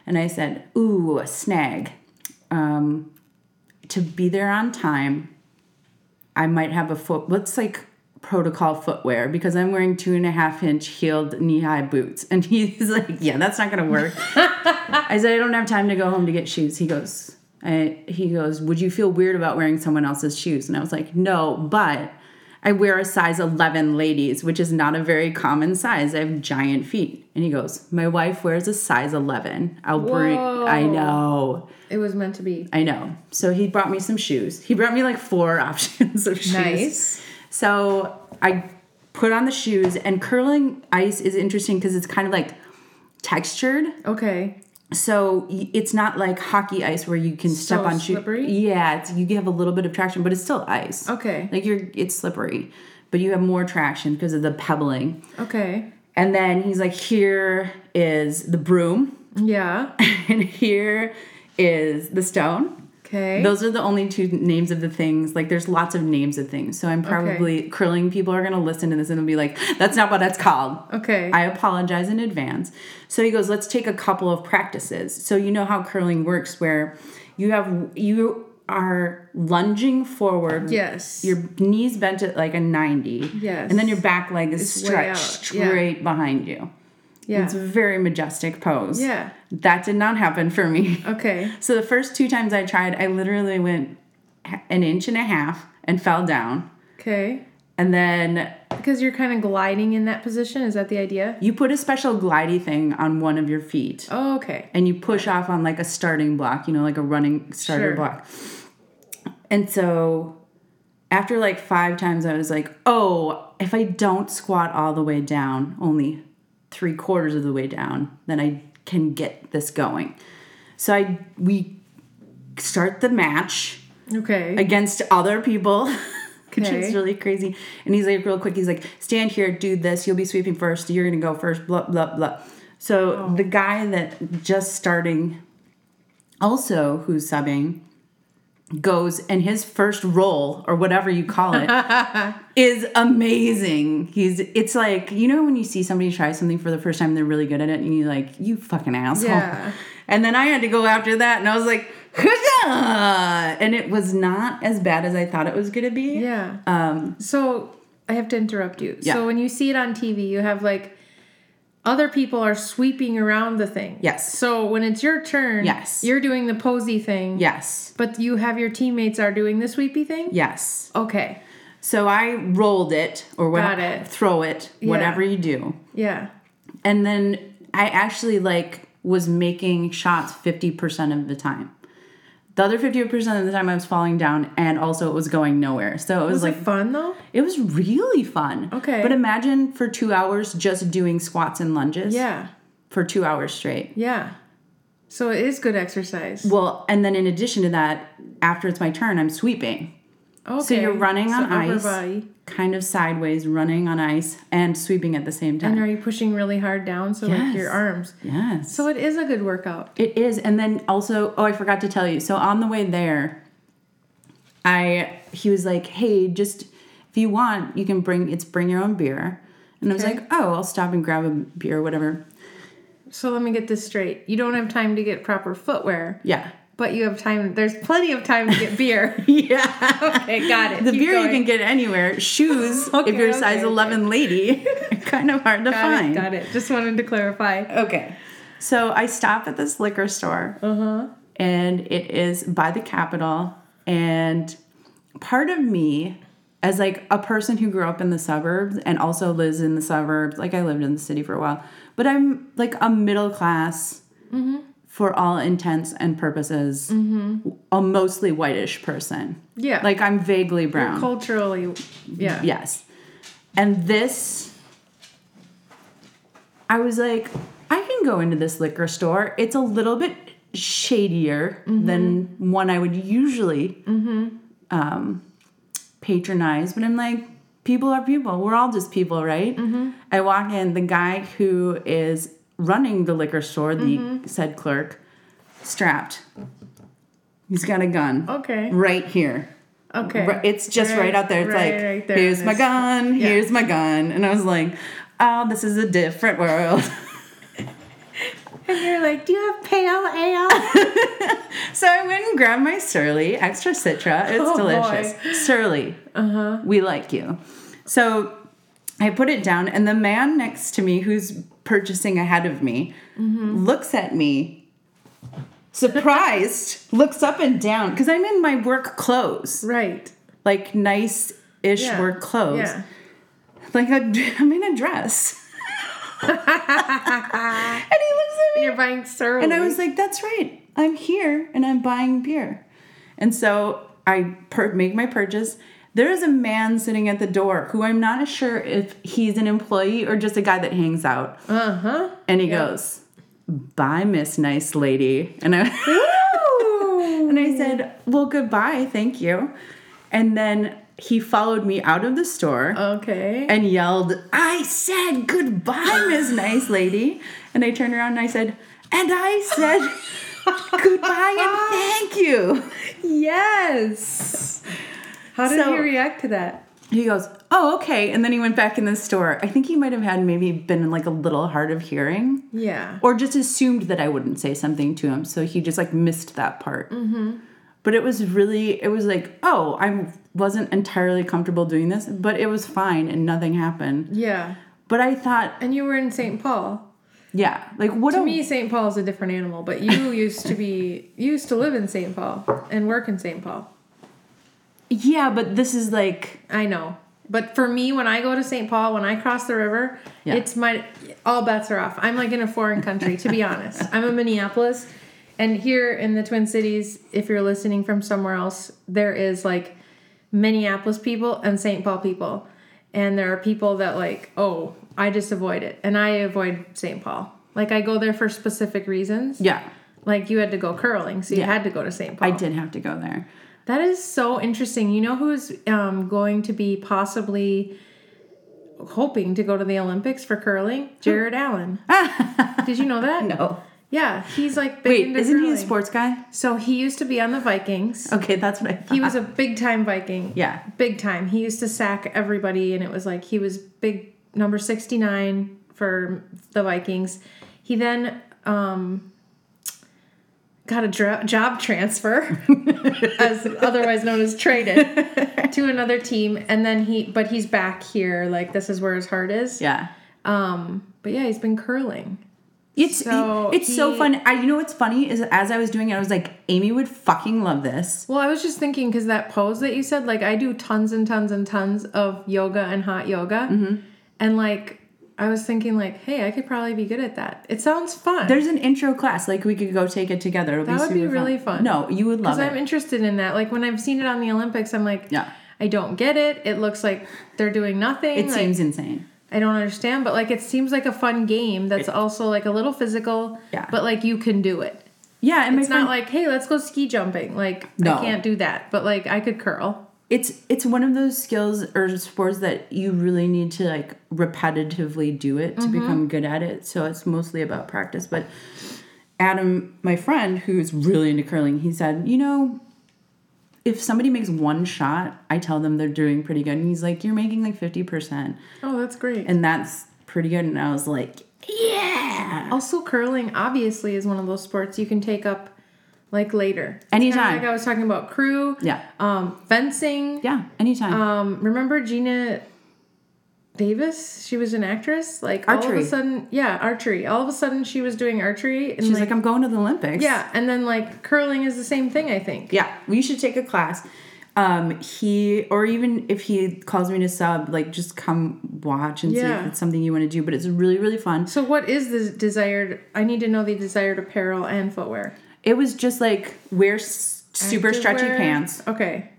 [SPEAKER 3] and i said ooh a snag um, to be there on time i might have a foot let's like protocol footwear because I'm wearing two and a half inch heeled knee high boots. And he's like, Yeah, that's not gonna work. I said, I don't have time to go home to get shoes. He goes, I, he goes, Would you feel weird about wearing someone else's shoes? And I was like, No, but I wear a size 11 ladies, which is not a very common size. I have giant feet. And he goes, My wife wears a size 11. I'll bring, I
[SPEAKER 2] Whoa.
[SPEAKER 3] know.
[SPEAKER 2] It was meant to be.
[SPEAKER 3] I know. So he brought me some shoes. He brought me like four options of shoes.
[SPEAKER 2] Nice.
[SPEAKER 3] So I put on the shoes, and curling ice is interesting because it's kind of like textured.
[SPEAKER 2] Okay.
[SPEAKER 3] So y- it's not like hockey ice where you can step
[SPEAKER 2] So
[SPEAKER 3] on shoes.
[SPEAKER 2] slippery?
[SPEAKER 3] Yeah, it's, you have a little bit of traction, but it's still ice.
[SPEAKER 2] Okay.
[SPEAKER 3] Like you're, it's slippery, but you have more traction because of the pebbling.
[SPEAKER 2] Okay.
[SPEAKER 3] And then he's like, here is the broom,
[SPEAKER 2] Yeah.
[SPEAKER 3] and here is the stone.
[SPEAKER 2] Okay.
[SPEAKER 3] Those are the only two names of the things. Like, there's lots of names of things. So I'm probably curling people are gonna listen to this and they'll be like, "That's not what that's called."
[SPEAKER 2] okay.
[SPEAKER 3] I apologize in advance. So he goes, "Let's take a couple of practices." So you know how curling works, where you have you are lunging forward.
[SPEAKER 2] yes.
[SPEAKER 3] Your knees bent at like a 90.
[SPEAKER 2] Yes.
[SPEAKER 3] And then your back leg is
[SPEAKER 2] It's way out,
[SPEAKER 3] stretched
[SPEAKER 2] yeah.
[SPEAKER 3] straight behind you.
[SPEAKER 2] yeah.
[SPEAKER 3] It's a very majestic pose.
[SPEAKER 2] Yeah.
[SPEAKER 3] That did not happen for me.
[SPEAKER 2] Okay.
[SPEAKER 3] So the first two times I tried, I literally went h- an inch and a half and fell down.
[SPEAKER 2] Okay.
[SPEAKER 3] And then
[SPEAKER 2] Because you're kind of gliding in that position. Is that the idea?
[SPEAKER 3] you put a special glidey thing on one of your feet
[SPEAKER 2] Oh, okay.
[SPEAKER 3] and you push off on like a starting block, you know, like a running starter
[SPEAKER 2] Sure.
[SPEAKER 3] block. And so after like five times, I was like, oh, if I don't squat all the way down, only three quarters of the way down, then I can get this going. So I we start the match.
[SPEAKER 2] Okay.
[SPEAKER 3] against other people. Which
[SPEAKER 2] Okay.
[SPEAKER 3] is really crazy. And he's like, real quick, he's like, stand here, do this. You'll be sweeping first. You're going to go first. Blah, blah, blah.
[SPEAKER 2] Oh.
[SPEAKER 3] So the guy that just starting, also who's subbing, goes and his first roll or whatever you call it is amazing. He's it's like you know when you see somebody try something for the first time, they're really good at it, and you're like, you fucking asshole.
[SPEAKER 2] Yeah.
[SPEAKER 3] And then I had to go after that, and I was like, Huzzah! and it was not as bad as I thought it was gonna be.
[SPEAKER 2] yeah.
[SPEAKER 3] Um,
[SPEAKER 2] So I have to interrupt you.
[SPEAKER 3] Yeah.
[SPEAKER 2] So when you see it on TV, you have like other people are sweeping around the thing.
[SPEAKER 3] Yes.
[SPEAKER 2] So when it's your turn,
[SPEAKER 3] Yes.
[SPEAKER 2] you're doing the posy thing.
[SPEAKER 3] yes,
[SPEAKER 2] But you have your teammates are doing the sweepy thing.
[SPEAKER 3] yes.
[SPEAKER 2] Okay.
[SPEAKER 3] So I rolled it or what?
[SPEAKER 2] Got it.
[SPEAKER 3] Throw it, whatever you do.
[SPEAKER 2] Yeah.
[SPEAKER 3] and then I actually like was making shots 50% of the time. The other 50% of the time I was falling down and also it was going nowhere. So it was,
[SPEAKER 2] Was
[SPEAKER 3] like
[SPEAKER 2] it fun though?
[SPEAKER 3] it was really fun.
[SPEAKER 2] Okay.
[SPEAKER 3] But imagine for 2 hours just doing squats and lunges
[SPEAKER 2] Yeah.
[SPEAKER 3] for 2 hours straight.
[SPEAKER 2] Yeah. So it is good exercise.
[SPEAKER 3] Well, and then in addition to that, after it's my turn, I'm sweeping.
[SPEAKER 2] Okay.
[SPEAKER 3] So you're running
[SPEAKER 2] So
[SPEAKER 3] on
[SPEAKER 2] upper
[SPEAKER 3] ice,
[SPEAKER 2] body.
[SPEAKER 3] kind of sideways, running on ice and sweeping at the same time.
[SPEAKER 2] And are you pushing really hard down? So like your
[SPEAKER 3] Yes.
[SPEAKER 2] arms.
[SPEAKER 3] yes.
[SPEAKER 2] So it is a good workout.
[SPEAKER 3] It is, and then also, oh, I forgot to tell you. So on the way there, I he was like, "Hey, just if you want, you can bring it's bring your own beer." And I was
[SPEAKER 2] Okay.
[SPEAKER 3] like, "Oh, I'll stop and grab a beer, whatever."
[SPEAKER 2] So let me get this straight. You don't have time to get proper footwear,
[SPEAKER 3] Yeah,
[SPEAKER 2] but you have time. There's plenty of time to get beer.
[SPEAKER 3] yeah.
[SPEAKER 2] okay, got it.
[SPEAKER 3] The
[SPEAKER 2] Keep
[SPEAKER 3] beer you
[SPEAKER 2] going.
[SPEAKER 3] can get anywhere. Shoes,
[SPEAKER 2] Okay,
[SPEAKER 3] if you're a
[SPEAKER 2] okay,
[SPEAKER 3] size
[SPEAKER 2] okay.
[SPEAKER 3] eleven lady, kind of hard to
[SPEAKER 2] got
[SPEAKER 3] find.
[SPEAKER 2] It, got it. Just wanted to clarify.
[SPEAKER 3] Okay. So I stop at this liquor store. And it is by the Capitol. And part of me, as like a person who grew up in the suburbs and also lives in the suburbs, like I lived in the city for a while, but I'm like a middle class, for all intents and purposes, a mostly whitish person.
[SPEAKER 2] Yeah.
[SPEAKER 3] Like um, I'm vaguely brown.
[SPEAKER 2] culturally. Yeah.
[SPEAKER 3] Yes. And this, I was like, I can go into this liquor store. It's a little bit shadier than one I would usually um, patronize, but I'm like, people are people. We're all just people, right? I walk in, the guy who is running the liquor store, the said clerk, strapped. He's got a gun
[SPEAKER 2] Okay.
[SPEAKER 3] right here.
[SPEAKER 2] Okay.
[SPEAKER 3] Right- It's just right, out there. It's
[SPEAKER 2] right,
[SPEAKER 3] like,
[SPEAKER 2] right there
[SPEAKER 3] here's
[SPEAKER 2] on
[SPEAKER 3] my
[SPEAKER 2] this-
[SPEAKER 3] gun,
[SPEAKER 2] yeah.
[SPEAKER 3] here's my gun. And I was like, oh, this is a different world.
[SPEAKER 2] And you're like, do you have pale ale?
[SPEAKER 3] so I went and grabbed my Surly, extra Citra. It's
[SPEAKER 2] Oh, boy.
[SPEAKER 3] delicious. Surly, uh-huh. we like you. So I put it down, and the man next to me who's purchasing ahead of me
[SPEAKER 2] Mm-hmm.
[SPEAKER 3] looks at me. Surprised, looks up and down because I'm in my work clothes,
[SPEAKER 2] Right.
[SPEAKER 3] like nice ish
[SPEAKER 2] Yeah.
[SPEAKER 3] work clothes
[SPEAKER 2] Yeah.
[SPEAKER 3] like a, I'm in a dress. and he looks at me,
[SPEAKER 2] You're buying Sterling.
[SPEAKER 3] and I was like, "That's right, I'm here, and I'm buying beer." And so I per- make my purchase. There is a man sitting at the door who I'm not sure if he's an employee or just a guy that hangs out. Uh huh. And he goes, "Bye, Miss Nice Lady," and I. And I said, Well, goodbye, thank you. And then he followed me out of the store
[SPEAKER 2] okay.
[SPEAKER 3] and yelled, I said goodbye, Miss Nice Lady. And I turned around and I said, and I said goodbye and thank you.
[SPEAKER 2] yes. How did
[SPEAKER 3] So-
[SPEAKER 2] he react to that?
[SPEAKER 3] He goes, Oh, okay. And then he went back in the store. I think he might have had maybe been like a little hard of hearing
[SPEAKER 2] Yeah.
[SPEAKER 3] or just assumed that I wouldn't say something to him. So he just like missed that part. But it was really, it was like, Oh, I wasn't entirely comfortable doing this, but it was fine and nothing happened.
[SPEAKER 2] Yeah.
[SPEAKER 3] But I thought,
[SPEAKER 2] And you were in St. Paul.
[SPEAKER 3] yeah, like what
[SPEAKER 2] To
[SPEAKER 3] a
[SPEAKER 2] me, St. Paul is a different animal, but you used to be, you used to live in St. Paul and work in St. Paul.
[SPEAKER 3] Yeah, but this is like
[SPEAKER 2] I know. But for me, when I go to St. Paul, when I cross the river,
[SPEAKER 3] Yeah.
[SPEAKER 2] it's my all bets are off. I'm like in a foreign country, to be honest. I'm in Minneapolis, and here in the Twin Cities, if you're listening from somewhere else, there is like Minneapolis people and St. Paul people, and there are people that like, oh, I just avoid it, and I avoid St. Paul. Like I go there for specific reasons.
[SPEAKER 3] yeah.
[SPEAKER 2] Like you had to go curling, so you
[SPEAKER 3] Yeah.
[SPEAKER 2] had to go to St. Paul.
[SPEAKER 3] I did have to go there.
[SPEAKER 2] That is so interesting. You know who's um, going to be possibly hoping to go to the Olympics for curling? Jared Allen. Did you know that?
[SPEAKER 3] No.
[SPEAKER 2] Yeah, he's like big
[SPEAKER 3] Wait,
[SPEAKER 2] into
[SPEAKER 3] isn't he a
[SPEAKER 2] curling.
[SPEAKER 3] sports guy?
[SPEAKER 2] So he used to be on the Vikings.
[SPEAKER 3] Okay, that's what I thought.
[SPEAKER 2] He was a big time Viking.
[SPEAKER 3] Yeah.
[SPEAKER 2] Big time. He used to sack everybody, and it was like he was big number 69 for the Vikings. He then um, got a dra- job transfer, as otherwise known as traded, to another team. And then he, but he's back here. Like, this is where his heart is.
[SPEAKER 3] Yeah.
[SPEAKER 2] Um, but yeah, he's been curling.
[SPEAKER 3] It's
[SPEAKER 2] So
[SPEAKER 3] it's so
[SPEAKER 2] he-
[SPEAKER 3] fun. I you know what's funny is as I was doing it, I was like, Amy would fucking love this.
[SPEAKER 2] Well, I was just thinking because that pose that you said, like I do tons and tons and tons of yoga and hot yoga,
[SPEAKER 3] Mm-hmm.
[SPEAKER 2] and like I was thinking, like, hey, I could probably be good at that. It sounds fun.
[SPEAKER 3] There's an intro class, like we could go take it together. It'll
[SPEAKER 2] That
[SPEAKER 3] be
[SPEAKER 2] would be
[SPEAKER 3] super
[SPEAKER 2] really fun.
[SPEAKER 3] No, you would love
[SPEAKER 2] because
[SPEAKER 3] it.
[SPEAKER 2] I'm interested in that. Like when I've seen it on the Olympics, I'm like,
[SPEAKER 3] Yeah.
[SPEAKER 2] I don't get it. It looks like they're doing nothing.
[SPEAKER 3] it
[SPEAKER 2] like,
[SPEAKER 3] seems insane.
[SPEAKER 2] I don't understand, but like it seems like a fun game that's also like a little physical,
[SPEAKER 3] Yeah.
[SPEAKER 2] but like you can do it.
[SPEAKER 3] Yeah, and my
[SPEAKER 2] It's not
[SPEAKER 3] friend-
[SPEAKER 2] like, hey, let's go ski jumping. Like
[SPEAKER 3] No.
[SPEAKER 2] I can't do that, but like I could curl.
[SPEAKER 3] it's it's one of those skills or sports that you really need to like repetitively do it to
[SPEAKER 2] Mm-hmm.
[SPEAKER 3] become good at it so it's mostly about practice but adam my friend who's really into curling he said you know if somebody makes one shot i tell them they're doing pretty good and he's like you're making like 50%
[SPEAKER 2] Oh, that's great.
[SPEAKER 3] and that's pretty good and i was like yeah
[SPEAKER 2] Also, curling obviously is one of those sports you can take up like later. It's
[SPEAKER 3] Anytime.
[SPEAKER 2] kinda Like I was talking about crew.
[SPEAKER 3] yeah
[SPEAKER 2] Um, fencing.
[SPEAKER 3] yeah anytime
[SPEAKER 2] Um, remember Gina Davis? She was an actress. Like all
[SPEAKER 3] Archery.
[SPEAKER 2] of a sudden, yeah, archery. All of a sudden, she was doing archery. And
[SPEAKER 3] she's like, i'm going to the olympics
[SPEAKER 2] yeah, and then like curling is the same thing. I think.
[SPEAKER 3] Yeah, we should take a class. Um, he or even if he calls me to sub, like just come watch and see
[SPEAKER 2] Yeah.
[SPEAKER 3] if it's something you want to do. But it's really really fun.
[SPEAKER 2] So what is the desired? I need to know the desired apparel and footwear.
[SPEAKER 3] It was just like wear s- super stretchy
[SPEAKER 2] Activewear.
[SPEAKER 3] pants.
[SPEAKER 2] Okay.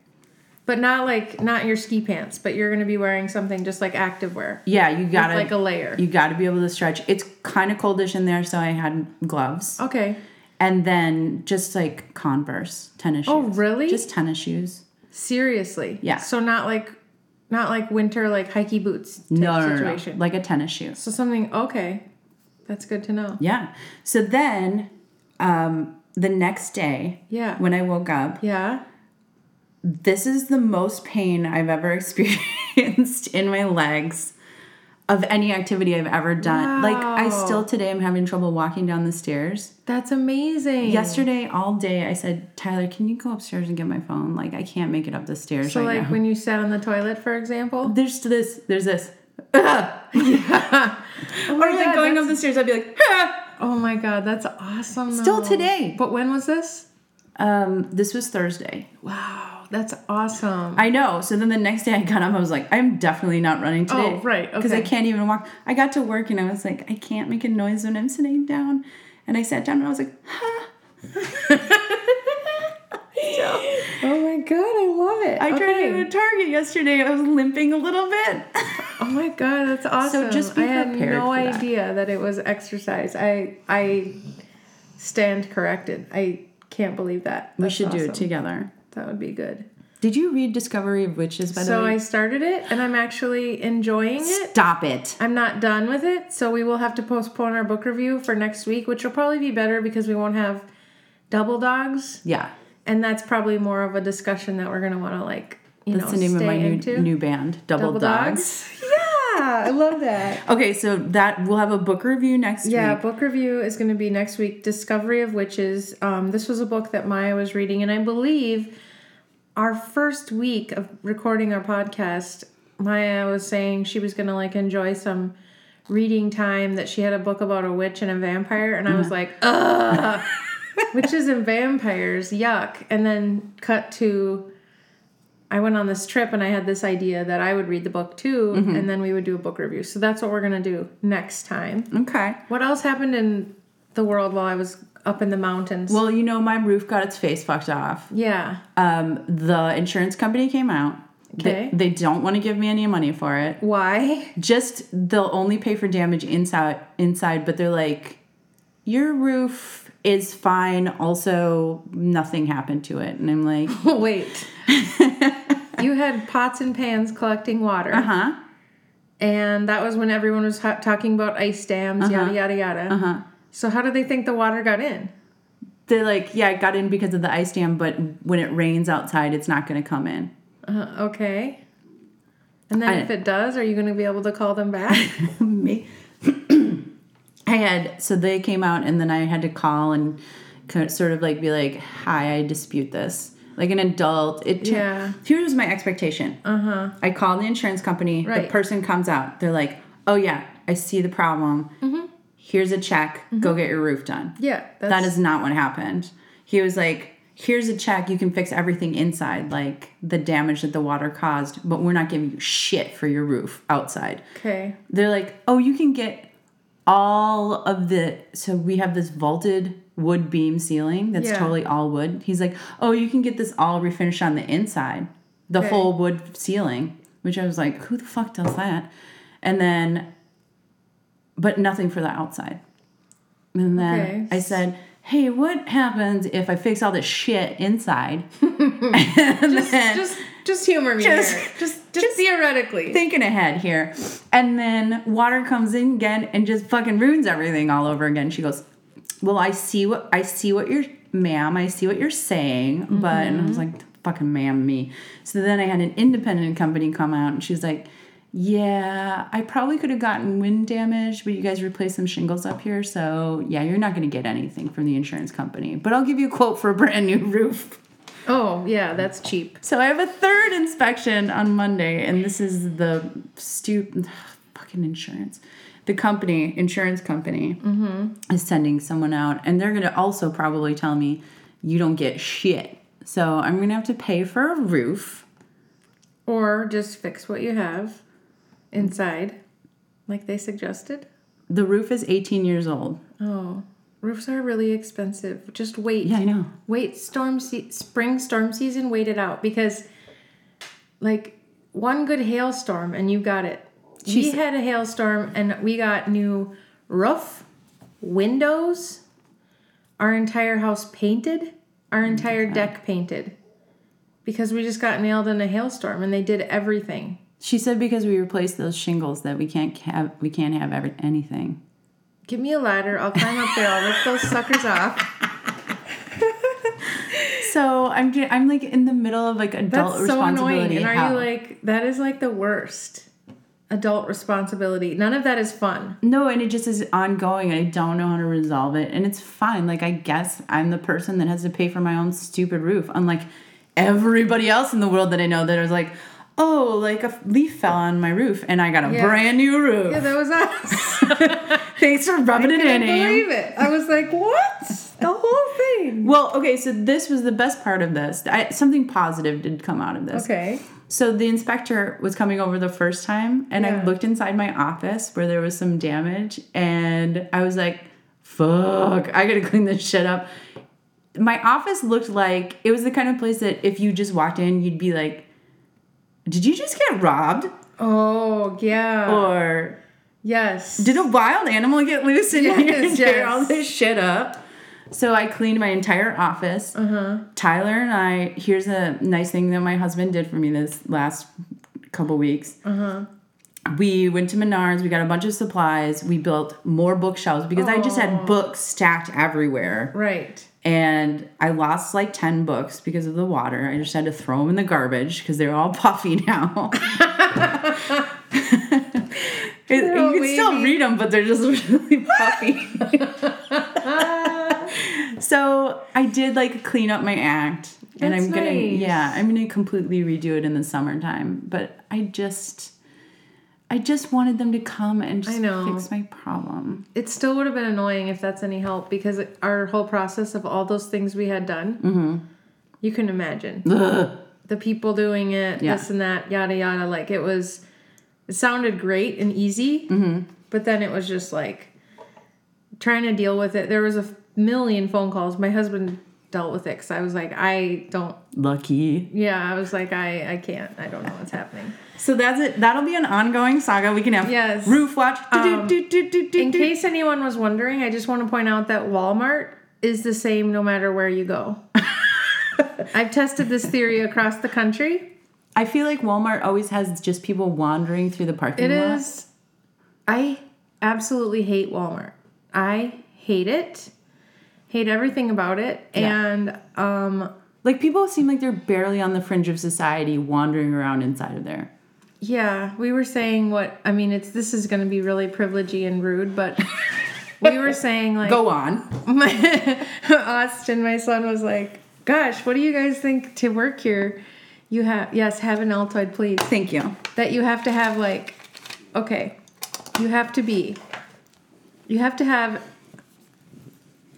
[SPEAKER 2] But not like not your ski pants, but you're gonna be wearing something just like activewear.
[SPEAKER 3] Yeah, you gotta
[SPEAKER 2] like, a layer.
[SPEAKER 3] You gotta be able to stretch. It's kind of coldish in there, so I had gloves
[SPEAKER 2] Okay.
[SPEAKER 3] and then just like Converse tennis.
[SPEAKER 2] Oh,
[SPEAKER 3] shoes.
[SPEAKER 2] really?
[SPEAKER 3] Just tennis shoes.
[SPEAKER 2] Seriously.
[SPEAKER 3] Yeah.
[SPEAKER 2] So not like not like winter like hikey boots type
[SPEAKER 3] No, no, no, no,
[SPEAKER 2] situation.
[SPEAKER 3] like a tennis shoe.
[SPEAKER 2] so something okay. That's good to know.
[SPEAKER 3] Yeah. So then, um, the next day,
[SPEAKER 2] Yeah.
[SPEAKER 3] when I woke up,
[SPEAKER 2] Yeah.
[SPEAKER 3] this is the most pain I've ever experienced in my legs. of any activity I've ever done. Like I
[SPEAKER 2] Wow.
[SPEAKER 3] still today I'm having trouble walking down the stairs.
[SPEAKER 2] That's amazing.
[SPEAKER 3] Yesterday all day I said, "Tyler, can you go upstairs and get my phone? Like I can't make it up the stairs
[SPEAKER 2] So,
[SPEAKER 3] right
[SPEAKER 2] like
[SPEAKER 3] now."
[SPEAKER 2] when you sat on the toilet, for example.
[SPEAKER 3] there's this, there's this. or like
[SPEAKER 2] Oh God,
[SPEAKER 3] going
[SPEAKER 2] that's-
[SPEAKER 3] up the stairs, I'd be like, "Ah!"
[SPEAKER 2] Oh my god, that's awesome.
[SPEAKER 3] Still
[SPEAKER 2] though.
[SPEAKER 3] today.
[SPEAKER 2] But when was this?
[SPEAKER 3] um, this was Thursday.
[SPEAKER 2] Wow, that's awesome.
[SPEAKER 3] Oh, I know. So then the next day I got up, I was like, I'm definitely not running today.
[SPEAKER 2] Oh, right,
[SPEAKER 3] Because I
[SPEAKER 2] okay.
[SPEAKER 3] can't even walk. I got to work and I was like, I can't make a noise when I'm sitting down. And I sat down and I was like, huh.
[SPEAKER 2] oh my god, I love it.
[SPEAKER 3] I tried
[SPEAKER 2] Okay.
[SPEAKER 3] to go to Target yesterday. I was limping a little bit.
[SPEAKER 2] Oh my god, that's awesome.
[SPEAKER 3] just be
[SPEAKER 2] I had
[SPEAKER 3] prepared
[SPEAKER 2] no
[SPEAKER 3] for that.
[SPEAKER 2] idea that it was exercise. I I stand corrected. I can't believe that.
[SPEAKER 3] we
[SPEAKER 2] That's
[SPEAKER 3] should do
[SPEAKER 2] awesome.
[SPEAKER 3] it together.
[SPEAKER 2] That would be good.
[SPEAKER 3] Did you read Discovery of Witches, by
[SPEAKER 2] So
[SPEAKER 3] the way?
[SPEAKER 2] I started it and I'm actually enjoying it.
[SPEAKER 3] Stop it.
[SPEAKER 2] I'm not done with it, so we will have to postpone our book review for next week, which will probably be better because we won't have double dogs,
[SPEAKER 3] Yeah.
[SPEAKER 2] and that's probably more of a discussion that we're gonna want to like you
[SPEAKER 3] That's
[SPEAKER 2] know
[SPEAKER 3] the name of
[SPEAKER 2] stay
[SPEAKER 3] my new,
[SPEAKER 2] into.
[SPEAKER 3] new band, Double,
[SPEAKER 2] double
[SPEAKER 3] Dogs.
[SPEAKER 2] dogs. yeah, I love that.
[SPEAKER 3] Okay, so that we'll have a book review next
[SPEAKER 2] Yeah,
[SPEAKER 3] week.
[SPEAKER 2] book review is going to be next week. Discovery of Witches. Um, this was a book that Maya was reading, and I believe our first week of recording our podcast, Maya was saying she was going to like enjoy some reading time that she had a book about a witch and a vampire, and
[SPEAKER 3] Mm.
[SPEAKER 2] I was like, ugh, witches and vampires, yuck. And then cut to. I went on this trip and I had this idea that I would read the book too,
[SPEAKER 3] Mm-hmm.
[SPEAKER 2] and then we would do a book review. So that's what we're gonna do next time.
[SPEAKER 3] Okay.
[SPEAKER 2] What else happened in the world while I was up in the mountains?
[SPEAKER 3] Well, you know, my roof got its face fucked off.
[SPEAKER 2] yeah.
[SPEAKER 3] um, the insurance company came out.
[SPEAKER 2] Okay.
[SPEAKER 3] They, they don't want to give me any money for it.
[SPEAKER 2] Why?
[SPEAKER 3] Just they'll only pay for damage inside inside, but they're like, your roof is fine. Also, nothing happened to it, and I'm like,
[SPEAKER 2] Wait. you had pots and pans collecting water,
[SPEAKER 3] uh huh,
[SPEAKER 2] and that was when everyone was hot talking about ice dams, yada yada yada.
[SPEAKER 3] uh huh.
[SPEAKER 2] So how do they think the water got in?
[SPEAKER 3] They're like, yeah, it got in because of the ice dam, but when it rains outside, it's not going to come in.
[SPEAKER 2] Uh, okay. And then
[SPEAKER 3] I-
[SPEAKER 2] if it does, are you going to be able to call them back?
[SPEAKER 3] me. I had so they came out and then I had to call and kind of- sort of like be like, "Hi, I dispute this." Like an adult, it tur-
[SPEAKER 2] Yeah. Uh-huh.
[SPEAKER 3] Here was my expectation. Uh huh. I called the insurance company.
[SPEAKER 2] Right.
[SPEAKER 3] The person comes out. They're like, "Oh yeah, I see the problem. Here's a check. Go get your roof done."
[SPEAKER 2] yeah. Mm-hmm. That's,
[SPEAKER 3] That is not what happened. He was like, "Here's a check. You can fix everything inside, like the damage that the water caused, but we're not giving you shit for your roof outside."
[SPEAKER 2] okay.
[SPEAKER 3] they're like, oh, you can get all of the. So we have this vaulted wood beam ceiling that's
[SPEAKER 2] Yeah.
[SPEAKER 3] totally all wood. He's like, oh, you can get this all refinished on the inside, the
[SPEAKER 2] Okay.
[SPEAKER 3] whole wood ceiling, which I was like, who the fuck does that? And then, but nothing for the outside. And then
[SPEAKER 2] Okay.
[SPEAKER 3] I said, hey, what happens if I fix all this shit inside?
[SPEAKER 2] Just, just, just humor me
[SPEAKER 3] Just-
[SPEAKER 2] here. Just, just, theoretically.
[SPEAKER 3] thinking ahead here. And then water comes in again and just fucking ruins everything all over again. She goes, Well, I see what I see what you're ma'am, I see what you're saying, but and I was like, fucking ma'am me. So then I had an independent company come out and she's like, Yeah, I probably could have gotten wind damage, but you guys replaced some shingles up here, so yeah, you're not gonna get anything from the insurance company. But I'll give you a quote for a brand new roof.
[SPEAKER 2] oh, yeah, that's cheap.
[SPEAKER 3] So I have a third inspection on Monday, and this is the stupid fucking insurance. The company, insurance company, is sending someone out, and they're gonna also probably tell me you don't get shit. So I'm gonna have to pay for a roof.
[SPEAKER 2] Or just fix what you have inside, like they suggested.
[SPEAKER 3] The roof is 18 years old.
[SPEAKER 2] Oh, roofs are really expensive. Just wait.
[SPEAKER 3] Yeah, I know.
[SPEAKER 2] Wait, storm se- spring storm season, wait it out because, like, one good hailstorm and you got it.
[SPEAKER 3] She's-
[SPEAKER 2] we had a hailstorm and we got new roof, windows, our entire house painted, our
[SPEAKER 3] Mm,
[SPEAKER 2] entire deck painted, because we just got nailed in a hailstorm and they did everything.
[SPEAKER 3] She said because we replaced those shingles that we can't have we can't have every, anything.
[SPEAKER 2] Give me a ladder. I'll climb up there. I'll rip those suckers off.
[SPEAKER 3] So I'm ju- I'm like in the middle of like adult
[SPEAKER 2] That's so
[SPEAKER 3] responsibility.
[SPEAKER 2] annoying. And are
[SPEAKER 3] hell.
[SPEAKER 2] you like, that is like the worst. adult responsibility. None of that is fun.
[SPEAKER 3] No, and it just is ongoing. and I don't know how to resolve it. And it's fine. Like, I guess I'm the person that has to pay for my own stupid roof, unlike everybody else in the world that I know that is like, oh, like a leaf fell on my roof and I got a
[SPEAKER 2] Yeah.
[SPEAKER 3] brand new roof.
[SPEAKER 2] Yeah, that was us.
[SPEAKER 3] Thanks for rubbing it in,
[SPEAKER 2] Couldn't
[SPEAKER 3] Amy.
[SPEAKER 2] believe it. I was like, what? The whole thing.
[SPEAKER 3] Well, okay, so this was the best part of this. I, something positive did come out of this.
[SPEAKER 2] Okay.
[SPEAKER 3] So the inspector was coming over the first time, and
[SPEAKER 2] Yeah.
[SPEAKER 3] I looked inside my office where there was some damage, and I was like, fuck, I gotta clean this shit up. My office looked like it was the kind of place that if you just walked in, you'd be like, did you just get robbed?
[SPEAKER 2] Oh, yeah.
[SPEAKER 3] Or
[SPEAKER 2] yes.
[SPEAKER 3] did a wild animal get loose in here and
[SPEAKER 2] Yes,
[SPEAKER 3] tear
[SPEAKER 2] yes.
[SPEAKER 3] all this shit up? So I cleaned my entire office.
[SPEAKER 2] Uh-huh.
[SPEAKER 3] Tyler and I, here's a nice thing that my husband did for me this last couple weeks.
[SPEAKER 2] Uh-huh.
[SPEAKER 3] We went to Menards, we got a bunch of supplies, we built more bookshelves because I just had books stacked everywhere
[SPEAKER 2] right.
[SPEAKER 3] and I lost like 10 books because of the water. I just had to throw them in the garbage because they're all puffy now. It-
[SPEAKER 2] all
[SPEAKER 3] you can still
[SPEAKER 2] wavy.
[SPEAKER 3] read them, but they're just really puffy. so I did like clean up my act, and
[SPEAKER 2] That's
[SPEAKER 3] I'm gonna
[SPEAKER 2] nice.
[SPEAKER 3] yeah, I'm gonna completely redo it in the summertime. But I just, I just wanted them to come and just
[SPEAKER 2] know.
[SPEAKER 3] fix my problem.
[SPEAKER 2] It still would have been annoying if that's any help because our whole process of all those things we had done, you can imagine the people doing it,
[SPEAKER 3] Yeah.
[SPEAKER 2] this and that, yada yada. Like it was, it sounded great and easy, but then it was just like trying to deal with it. There was a f- million phone calls. My husband dealt with it because I was like, I don't.
[SPEAKER 3] Lucky.
[SPEAKER 2] Yeah, I was like, I I can't. I don't know what's happening.
[SPEAKER 3] So that's it. That'll be an ongoing saga. We can have
[SPEAKER 2] Yes.
[SPEAKER 3] roof watch. Do, do,
[SPEAKER 2] Um,
[SPEAKER 3] do, do, do, do,
[SPEAKER 2] In
[SPEAKER 3] do.
[SPEAKER 2] case anyone was wondering, I just want to point out that Walmart is the same no matter where you go. I've tested this theory across the country.
[SPEAKER 3] I feel like Walmart always has just people wandering through the parking
[SPEAKER 2] It
[SPEAKER 3] lot.
[SPEAKER 2] is. I absolutely hate Walmart. I hate it. Hate everything about it. And um
[SPEAKER 3] Like people seem like they're barely on the fringe of society, wandering around inside of there.
[SPEAKER 2] yeah, we were saying what I mean, it's this is going to be really privilegey and rude, but we were saying like
[SPEAKER 3] Go on.
[SPEAKER 2] my Austin, my son, was like, "Gosh, what do you guys think to work here? You have yes, have an Altoid, please.
[SPEAKER 3] Thank you.
[SPEAKER 2] That you have to have like, okay, you have to be, you have to have,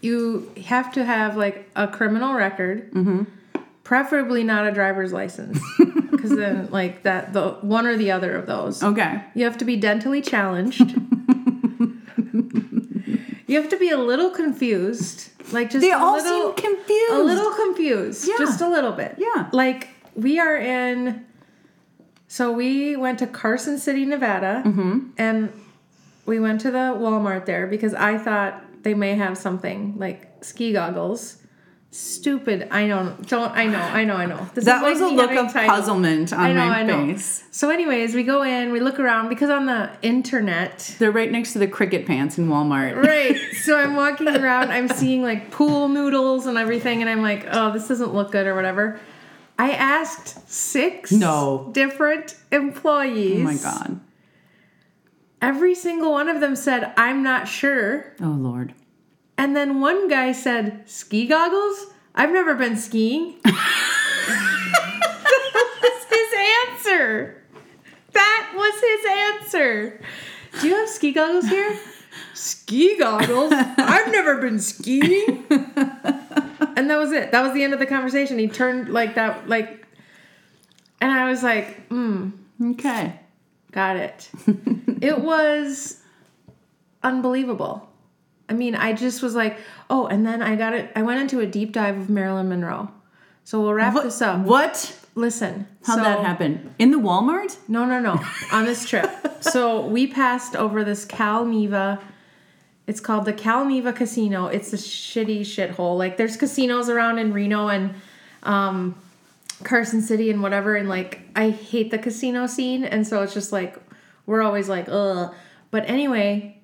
[SPEAKER 2] you have to have like a criminal record, preferably not a driver's license, because then like that the one or the other of those.
[SPEAKER 3] Okay.
[SPEAKER 2] You have to be dentally challenged. you have to be a little confused. Like just
[SPEAKER 3] They
[SPEAKER 2] a
[SPEAKER 3] all
[SPEAKER 2] little,
[SPEAKER 3] seem confused.
[SPEAKER 2] A little confused.
[SPEAKER 3] Yeah.
[SPEAKER 2] Just a little bit.
[SPEAKER 3] Yeah.
[SPEAKER 2] Like we are in so we went to Carson City, Nevada,
[SPEAKER 3] Mm-hmm.
[SPEAKER 2] and we went to the Walmart there because I thought they may have something like ski goggles. Stupid. I know. Don't. I know. I know. I know. This is
[SPEAKER 3] That was
[SPEAKER 2] like
[SPEAKER 3] a
[SPEAKER 2] me
[SPEAKER 3] look
[SPEAKER 2] having
[SPEAKER 3] of
[SPEAKER 2] titles.
[SPEAKER 3] puzzlement on
[SPEAKER 2] I know,
[SPEAKER 3] my
[SPEAKER 2] I know.
[SPEAKER 3] face.
[SPEAKER 2] So, anyways, we go in, we look around because on the internet.
[SPEAKER 3] They're right next to the cricket pants in Walmart.
[SPEAKER 2] Right. So I'm walking around, I'm seeing like pool noodles and everything, and I'm like, oh, this doesn't look good or whatever. I asked six
[SPEAKER 3] No.
[SPEAKER 2] different employees.
[SPEAKER 3] Oh my god.
[SPEAKER 2] Every single one of them said, I'm not sure.
[SPEAKER 3] Oh lord.
[SPEAKER 2] And then one guy said, ski goggles? I've never been skiing. That's his answer. That was his answer. Do you have ski goggles here? ski goggles? I've never been skiing. and that was it. That was the end of the conversation. He turned like that, like, and I was like, hmm,
[SPEAKER 3] Okay.
[SPEAKER 2] got it. it was unbelievable. I mean, I just was like, oh, and then I got it. I went into a deep dive of Marilyn Monroe. So we'll wrap this up.
[SPEAKER 3] What?
[SPEAKER 2] Listen,
[SPEAKER 3] How'd
[SPEAKER 2] um, so-
[SPEAKER 3] that happen? In the Walmart?
[SPEAKER 2] No, no, no. On this trip, so we passed over this Calneva. It's called the Calneva Casino. It's a shitty shithole. Like there's casinos around in Reno and um, Carson City and whatever. And like I hate the casino scene, and so it's just like we're always like ugh. But anyway,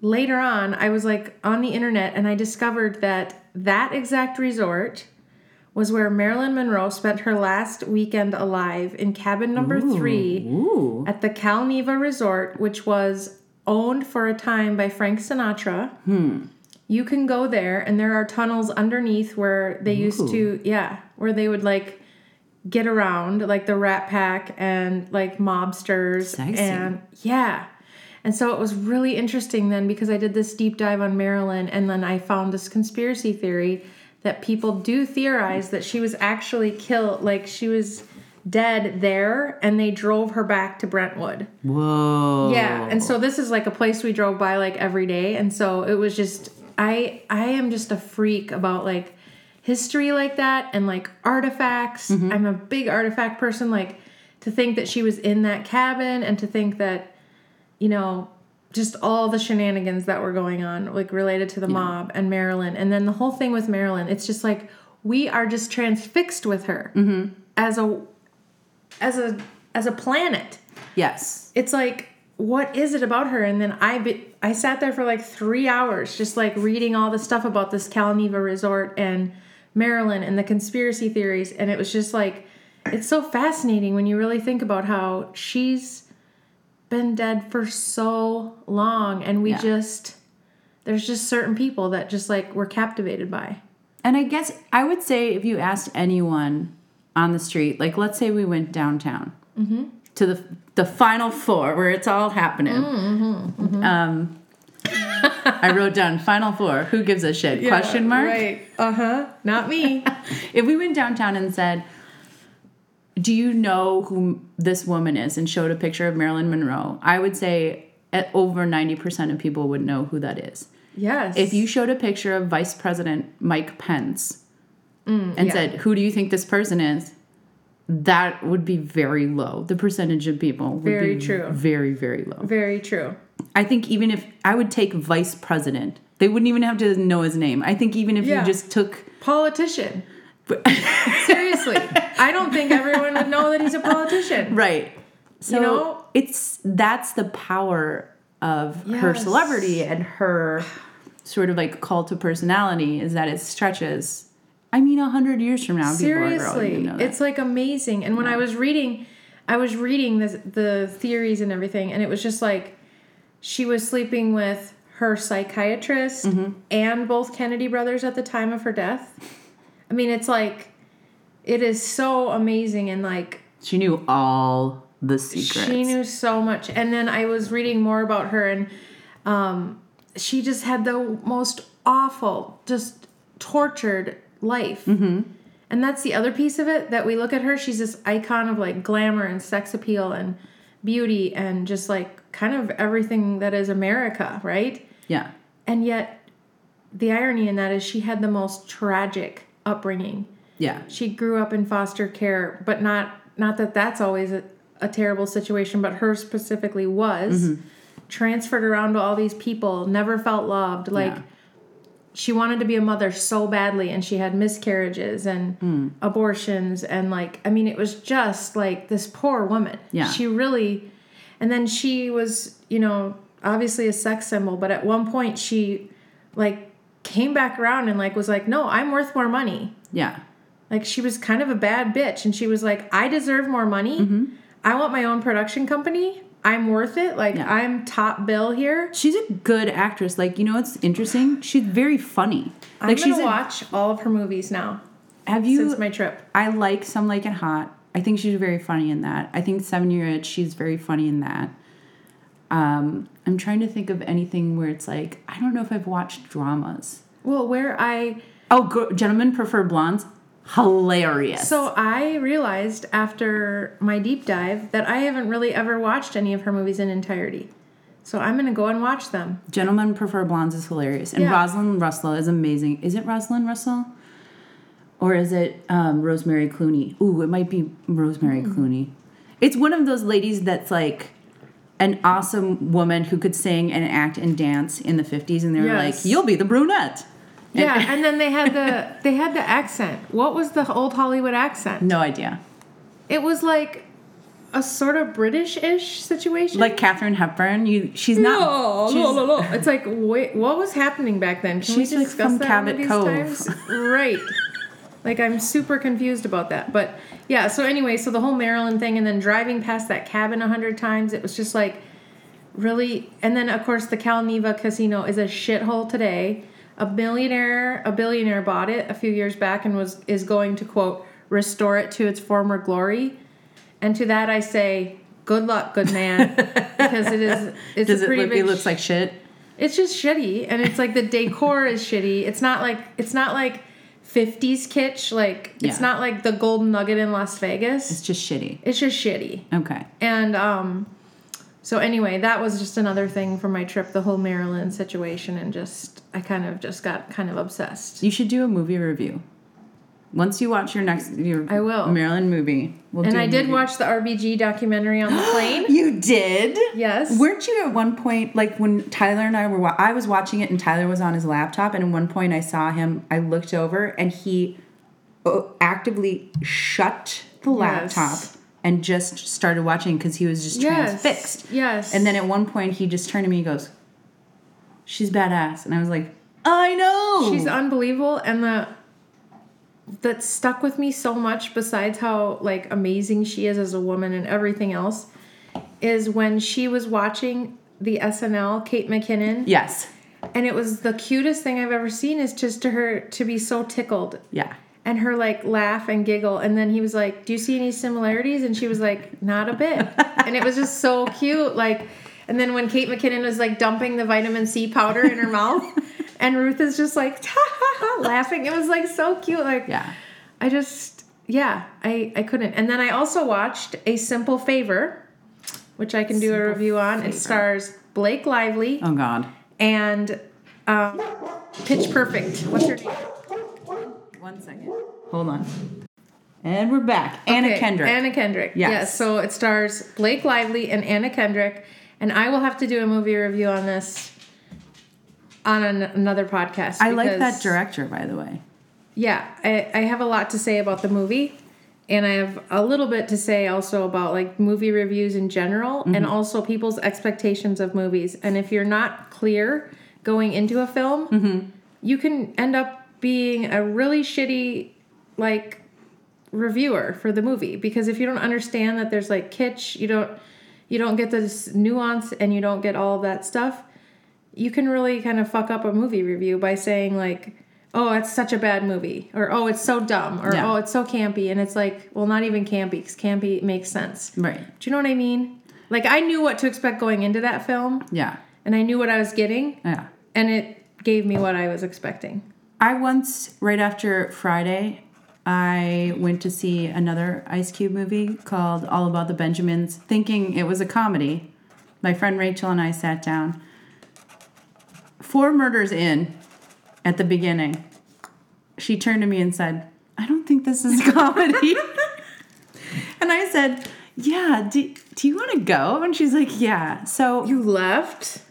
[SPEAKER 2] later on, I was like on the internet and I discovered that that exact resort was where Marilyn Monroe spent her last weekend alive in cabin number three
[SPEAKER 3] Ooh.
[SPEAKER 2] at the Calneva Resort, which was owned for a time by Frank Sinatra. You can go there, and there are tunnels underneath where they used to, yeah, where they would like get around, like the Rat Pack and like mobsters,
[SPEAKER 3] Sexy.
[SPEAKER 2] and yeah. And so it was really interesting then because I did this deep dive on Marilyn, and then I found this conspiracy theory that people do theorize that she was actually killed, like she was dead there, and they drove her back to Brentwood.
[SPEAKER 3] Whoa.
[SPEAKER 2] Yeah, and so this is like a place we drove by like every day, and so it was just I I am just a freak about like history like that and like artifacts. I'm a big artifact person. Like to think that she was in that cabin and to think that you know just all the shenanigans that were going on like related to the mob and Marilyn, and then the whole thing with Marilyn. It's just like we are just transfixed with her as a as a as a planet
[SPEAKER 3] Yes.
[SPEAKER 2] it's like what is it about her and then i be, i sat there for like three hours just like reading all the stuff about this calneva resort and maryland and the conspiracy theories and it was just like it's so fascinating when you really think about how she's been dead for so long and we
[SPEAKER 3] Yeah.
[SPEAKER 2] just there's just certain people that just like we're captivated by
[SPEAKER 3] And I guess I would say if you asked anyone on the street, like let's say we went downtown to the the final four where it's all happening. Um, I wrote down final four. Who gives a shit? question mark.
[SPEAKER 2] right uh-huh not me
[SPEAKER 3] If we went downtown and said, "Do you know who this woman is?" and showed a picture of Marilyn Monroe, I would say at over ninety percent of people would know who that is.
[SPEAKER 2] yes
[SPEAKER 3] If you showed a picture of Vice President Mike Pence and
[SPEAKER 2] Mm, yeah.
[SPEAKER 3] said, "Who do you think this person is?" that would be very low. The percentage of people would
[SPEAKER 2] Very
[SPEAKER 3] be
[SPEAKER 2] true.
[SPEAKER 3] very very low.
[SPEAKER 2] very true
[SPEAKER 3] I think even if I would take Vice President, they wouldn't even have to know his name. I think even if
[SPEAKER 2] Yeah.
[SPEAKER 3] you just took
[SPEAKER 2] politician. Seriously, I don't think everyone would know that he's a politician.
[SPEAKER 3] right, so
[SPEAKER 2] know?
[SPEAKER 3] it's that's the power of her
[SPEAKER 2] Yes.
[SPEAKER 3] celebrity and her sort of like cult of personality is that it stretches. I mean, a hundred years from now, people are
[SPEAKER 2] Seriously,
[SPEAKER 3] growing. You know that.
[SPEAKER 2] it's like amazing. And when I was reading, I was reading this, the theories and everything, and it was just like she was sleeping with her psychiatrist
[SPEAKER 3] Mm-hmm.
[SPEAKER 2] and both Kennedy brothers at the time of her death. I mean, it's like it is so amazing and like
[SPEAKER 3] She knew all the secrets.
[SPEAKER 2] She knew so much. And then I was reading more about her, and um, she just had the most awful, just tortured life. And that's the other piece of it that we look at her. She's this icon of like glamour and sex appeal and beauty and just like kind of everything that is America, right?
[SPEAKER 3] Yeah.
[SPEAKER 2] And yet, the irony in that is she had the most tragic upbringing
[SPEAKER 3] Yeah.
[SPEAKER 2] she grew up in foster care but not not that that's always a, a terrible situation but her specifically was
[SPEAKER 3] Mm-hmm.
[SPEAKER 2] transferred around to all these people never felt loved like
[SPEAKER 3] Yeah.
[SPEAKER 2] she wanted to be a mother so badly and she had miscarriages and
[SPEAKER 3] Hmm.
[SPEAKER 2] abortions and like i mean it was just like this poor woman
[SPEAKER 3] Yeah.
[SPEAKER 2] she really and then she was you know obviously a sex symbol but at one point she like came back around and like was like no i'm worth more money
[SPEAKER 3] Yeah.
[SPEAKER 2] like she was kind of a bad bitch and she was like, I deserve more money.
[SPEAKER 3] Mm-hmm.
[SPEAKER 2] I want my own production company. I'm worth it. Like
[SPEAKER 3] Yeah.
[SPEAKER 2] I'm top bill here.
[SPEAKER 3] She's a good actress. Like, you know what's interesting? She's very funny. Like
[SPEAKER 2] I'm
[SPEAKER 3] she's
[SPEAKER 2] gonna
[SPEAKER 3] a-
[SPEAKER 2] watch all of her movies now
[SPEAKER 3] have you
[SPEAKER 2] since my trip.
[SPEAKER 3] I like Some Like It Hot. I think she's very funny in that. I think Seven Year Itch, she's very funny in that. Um, I'm trying to think of anything where it's like, I don't know if I've watched dramas.
[SPEAKER 2] Well, where I
[SPEAKER 3] Oh, gr- Gentlemen Prefer Blondes, hilarious.
[SPEAKER 2] so I realized after my deep dive that I haven't really ever watched any of her movies in entirety. So I'm gonna go and watch them.
[SPEAKER 3] Gentlemen Prefer Blondes is hilarious. And
[SPEAKER 2] Yeah.
[SPEAKER 3] Rosalind Russell is amazing. Is it Rosalind Russell? Or is it um, Rosemary Clooney? Ooh, it might be Rosemary
[SPEAKER 2] Hmm.
[SPEAKER 3] Clooney. It's one of those ladies that's like an awesome woman who could sing and act and dance in the 50s. And they're
[SPEAKER 2] Yes.
[SPEAKER 3] like, you'll be the brunette.
[SPEAKER 2] Yeah, and then they had the they had the accent. What was the old Hollywood accent?
[SPEAKER 3] No idea.
[SPEAKER 2] It was like a sort of British-ish situation.
[SPEAKER 3] Like Katherine Hepburn, you she's not. she's-
[SPEAKER 2] It's like, wait, what was happening back then? Can
[SPEAKER 3] She's,
[SPEAKER 2] we
[SPEAKER 3] like,
[SPEAKER 2] discuss
[SPEAKER 3] from
[SPEAKER 2] that one of
[SPEAKER 3] Cabot
[SPEAKER 2] these
[SPEAKER 3] Cove.
[SPEAKER 2] times? right. Like I'm super confused about that. But yeah, so anyway, so the whole Maryland thing and then driving past that cabin a hundred times, it was just like really and then of course the Calneva casino is a shithole today. A millionaire a billionaire bought it a few years back and was is going to quote restore it to its former glory. And to that I say, good luck, good man. because it is it's
[SPEAKER 3] Does
[SPEAKER 2] a
[SPEAKER 3] it
[SPEAKER 2] pretty
[SPEAKER 3] look?
[SPEAKER 2] big
[SPEAKER 3] It looks like shit.
[SPEAKER 2] it's just shitty, and it's like the decor is shitty. It's not like it's not like '50s kitsch. Like it's
[SPEAKER 3] Yeah.
[SPEAKER 2] not like the Golden Nugget in Las Vegas.
[SPEAKER 3] It's just shitty.
[SPEAKER 2] It's just shitty.
[SPEAKER 3] Okay.
[SPEAKER 2] And um, so anyway, that was just another thing from my trip. The whole Maryland situation, and just I kind of just got kind of obsessed.
[SPEAKER 3] You should do a movie review. Once you watch your next your
[SPEAKER 2] I will.
[SPEAKER 3] Maryland movie, we'll
[SPEAKER 2] And
[SPEAKER 3] do a
[SPEAKER 2] I did
[SPEAKER 3] movie.
[SPEAKER 2] watch the RBG documentary on the plane.
[SPEAKER 3] You did?
[SPEAKER 2] Yes.
[SPEAKER 3] Weren't you at one point like when Tyler and I were wa- I was watching it and Tyler was on his laptop and at one point I saw him I looked over and he oh, actively shut the
[SPEAKER 2] Yes.
[SPEAKER 3] laptop and just started watching cuz he was just
[SPEAKER 2] Yes.
[SPEAKER 3] transfixed.
[SPEAKER 2] Yes.
[SPEAKER 3] And then at one point he just turned to me and goes, "She's badass." And I was like, "I know."
[SPEAKER 2] She's unbelievable, and the that stuck with me so much. Besides how like amazing she is as a woman and everything else, is when she was watching the SNL Kate McKinnon,
[SPEAKER 3] Yes.
[SPEAKER 2] and it was the cutest thing I've ever seen. Is just to her to be so tickled
[SPEAKER 3] Yeah.
[SPEAKER 2] and her like laugh and giggle, and then he was like, "Do you see any similarities?" And she was like, "Not a bit," and it was just so cute, like. And then when Kate McKinnon was like dumping the vitamin C powder in her mouth, and Ruth is just like laughing, it was like so cute. Like,
[SPEAKER 3] Yeah.
[SPEAKER 2] I just, yeah, I, I couldn't. And then I also watched A Simple Favor, which I can do a review on. It stars Blake Lively
[SPEAKER 3] Oh god.
[SPEAKER 2] and um, Pitch Perfect. What's her name?
[SPEAKER 3] One second. Hold on. And we're back. Anna
[SPEAKER 2] Okay,
[SPEAKER 3] Kendrick.
[SPEAKER 2] Anna Kendrick.
[SPEAKER 3] Yes.
[SPEAKER 2] Yes. So it stars Blake Lively and Anna Kendrick, and I will have to do a movie review on this on an, another podcast.
[SPEAKER 3] I like that
[SPEAKER 2] because-
[SPEAKER 3] director, by the way.
[SPEAKER 2] Yeah, I, I have a lot to say about the movie, and I have a little bit to say also about like movie reviews in general,
[SPEAKER 3] Mm-hmm.
[SPEAKER 2] and also people's expectations of movies. And if you're not clear going into a film,
[SPEAKER 3] Mm-hmm.
[SPEAKER 2] you can end up being a really shitty like reviewer for the movie because if you don't understand that there's like kitsch, you don't you don't get this nuance and you don't get all of that stuff, you can really kind of fuck up a movie review by saying like, "Oh, it's such a bad movie," or "Oh, it's so dumb," or
[SPEAKER 3] Yeah.
[SPEAKER 2] "Oh, it's so campy," and it's like, well, not even campy because campy makes sense.
[SPEAKER 3] Right.
[SPEAKER 2] Do you know what I mean? Like I knew what to expect going into that film,
[SPEAKER 3] Yeah.
[SPEAKER 2] and I knew what I was getting,
[SPEAKER 3] Yeah.
[SPEAKER 2] and it gave me what I was expecting.
[SPEAKER 3] I once, right after Friday, I went to see another Ice Cube movie called All About the Benjamins, thinking it was a comedy. My friend Rachel and I sat down. Four murders in at the beginning, she turned to me and said, I don't think this is a comedy. and I said, Yeah, do, do you want to go? And she's like, Yeah. So
[SPEAKER 2] You left.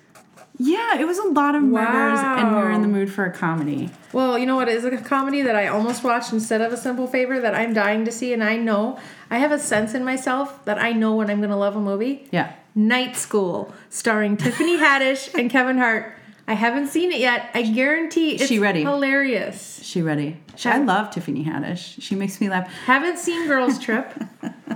[SPEAKER 3] Yeah, it was a lot of murders, and we were in the
[SPEAKER 2] Wow.
[SPEAKER 3] mood for a comedy.
[SPEAKER 2] Well, you know what is a comedy that I almost watched instead of a simple favor that I'm dying to see, and I know I have a sense in myself that I know when I'm gonna love a movie.
[SPEAKER 3] Yeah.
[SPEAKER 2] Night School, starring Tiffany Haddish and Kevin Hart. I haven't seen it yet. I guarantee it's
[SPEAKER 3] She ready.
[SPEAKER 2] hilarious.
[SPEAKER 3] She ready. I love Tiffany Haddish. She makes me laugh.
[SPEAKER 2] Haven't seen Girls Trip.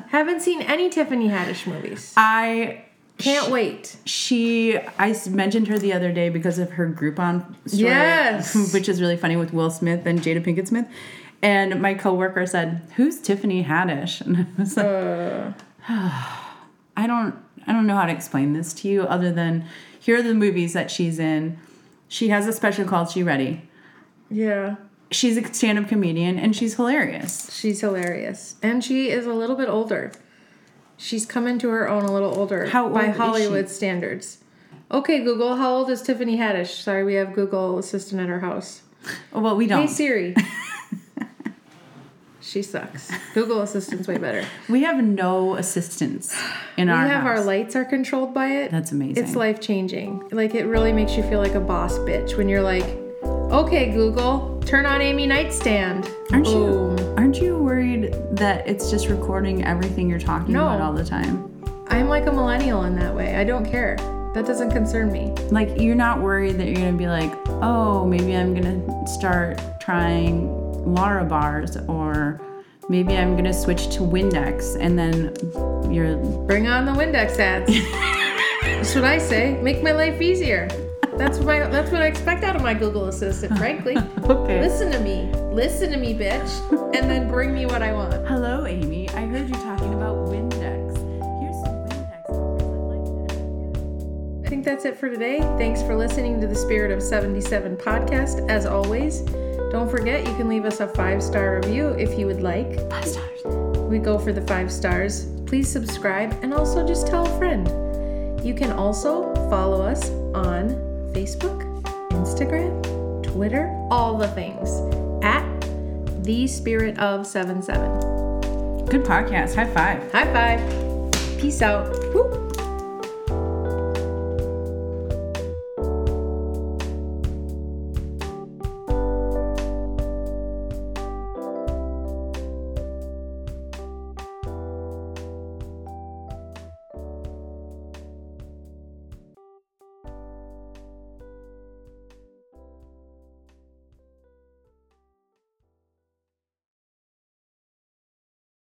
[SPEAKER 2] haven't seen any Tiffany Haddish movies.
[SPEAKER 3] I
[SPEAKER 2] Can't wait.
[SPEAKER 3] she I s- mentioned her the other day because of her Groupon story,
[SPEAKER 2] Yes.
[SPEAKER 3] which is really funny with Will Smith and Jada Pinkett Smith. And my coworker said, "Who's Tiffany Haddish?" And I was like, "I don't I don't know how to explain this to you other than here are the movies that she's in. She has a special called She Ready.
[SPEAKER 2] Yeah.
[SPEAKER 3] She's a stand-up comedian and she's hilarious.
[SPEAKER 2] She's hilarious. And she is a little bit older. She's come into her own a little older
[SPEAKER 3] How
[SPEAKER 2] by
[SPEAKER 3] old is
[SPEAKER 2] Hollywood standards. Okay, Google, how old is Tiffany Haddish? Sorry, we have Google Assistant at our house.
[SPEAKER 3] Well, we
[SPEAKER 2] Hey
[SPEAKER 3] don't.
[SPEAKER 2] Siri. she sucks. Google Assistant's way better.
[SPEAKER 3] We have no assistants in our
[SPEAKER 2] we have our
[SPEAKER 3] house.
[SPEAKER 2] lights are controlled by it.
[SPEAKER 3] That's amazing.
[SPEAKER 2] It's life changing. Like it really makes you feel like a boss bitch when you're like, okay, Google, turn on Amy Nightstand.
[SPEAKER 3] Aren't
[SPEAKER 2] Boom.
[SPEAKER 3] you aren't you worried that it's just recording everything you're talking
[SPEAKER 2] No.
[SPEAKER 3] about all the time?
[SPEAKER 2] I'm like a millennial in that way. I don't care. That doesn't concern me.
[SPEAKER 3] Like you're not worried that you're gonna be like, oh, maybe I'm gonna start trying Laura bars, or maybe I'm gonna switch to Windex, and then you're
[SPEAKER 2] Bring on the Windex ads. that's what I say. Make my life easier. That's what I, that's what I expect out of my Google Assistant, frankly.
[SPEAKER 3] okay.
[SPEAKER 2] Listen to me. Listen to me, bitch. And then bring me what I want.
[SPEAKER 3] Hello, Amy. I heard you talking about Windex. Here's some Windex offers I'd like to add.
[SPEAKER 2] I think that's it for today. Thanks for listening to the Spirit of 77 podcast. As always, don't forget you can leave us a five star review if you would like.
[SPEAKER 3] Five stars.
[SPEAKER 2] We go for the five stars. Please subscribe and also just tell a friend. You can also follow us on Facebook, Instagram, Twitter, all the things at the spirit of 77.
[SPEAKER 3] Good podcast. High five.
[SPEAKER 2] High five. Peace out. Woo.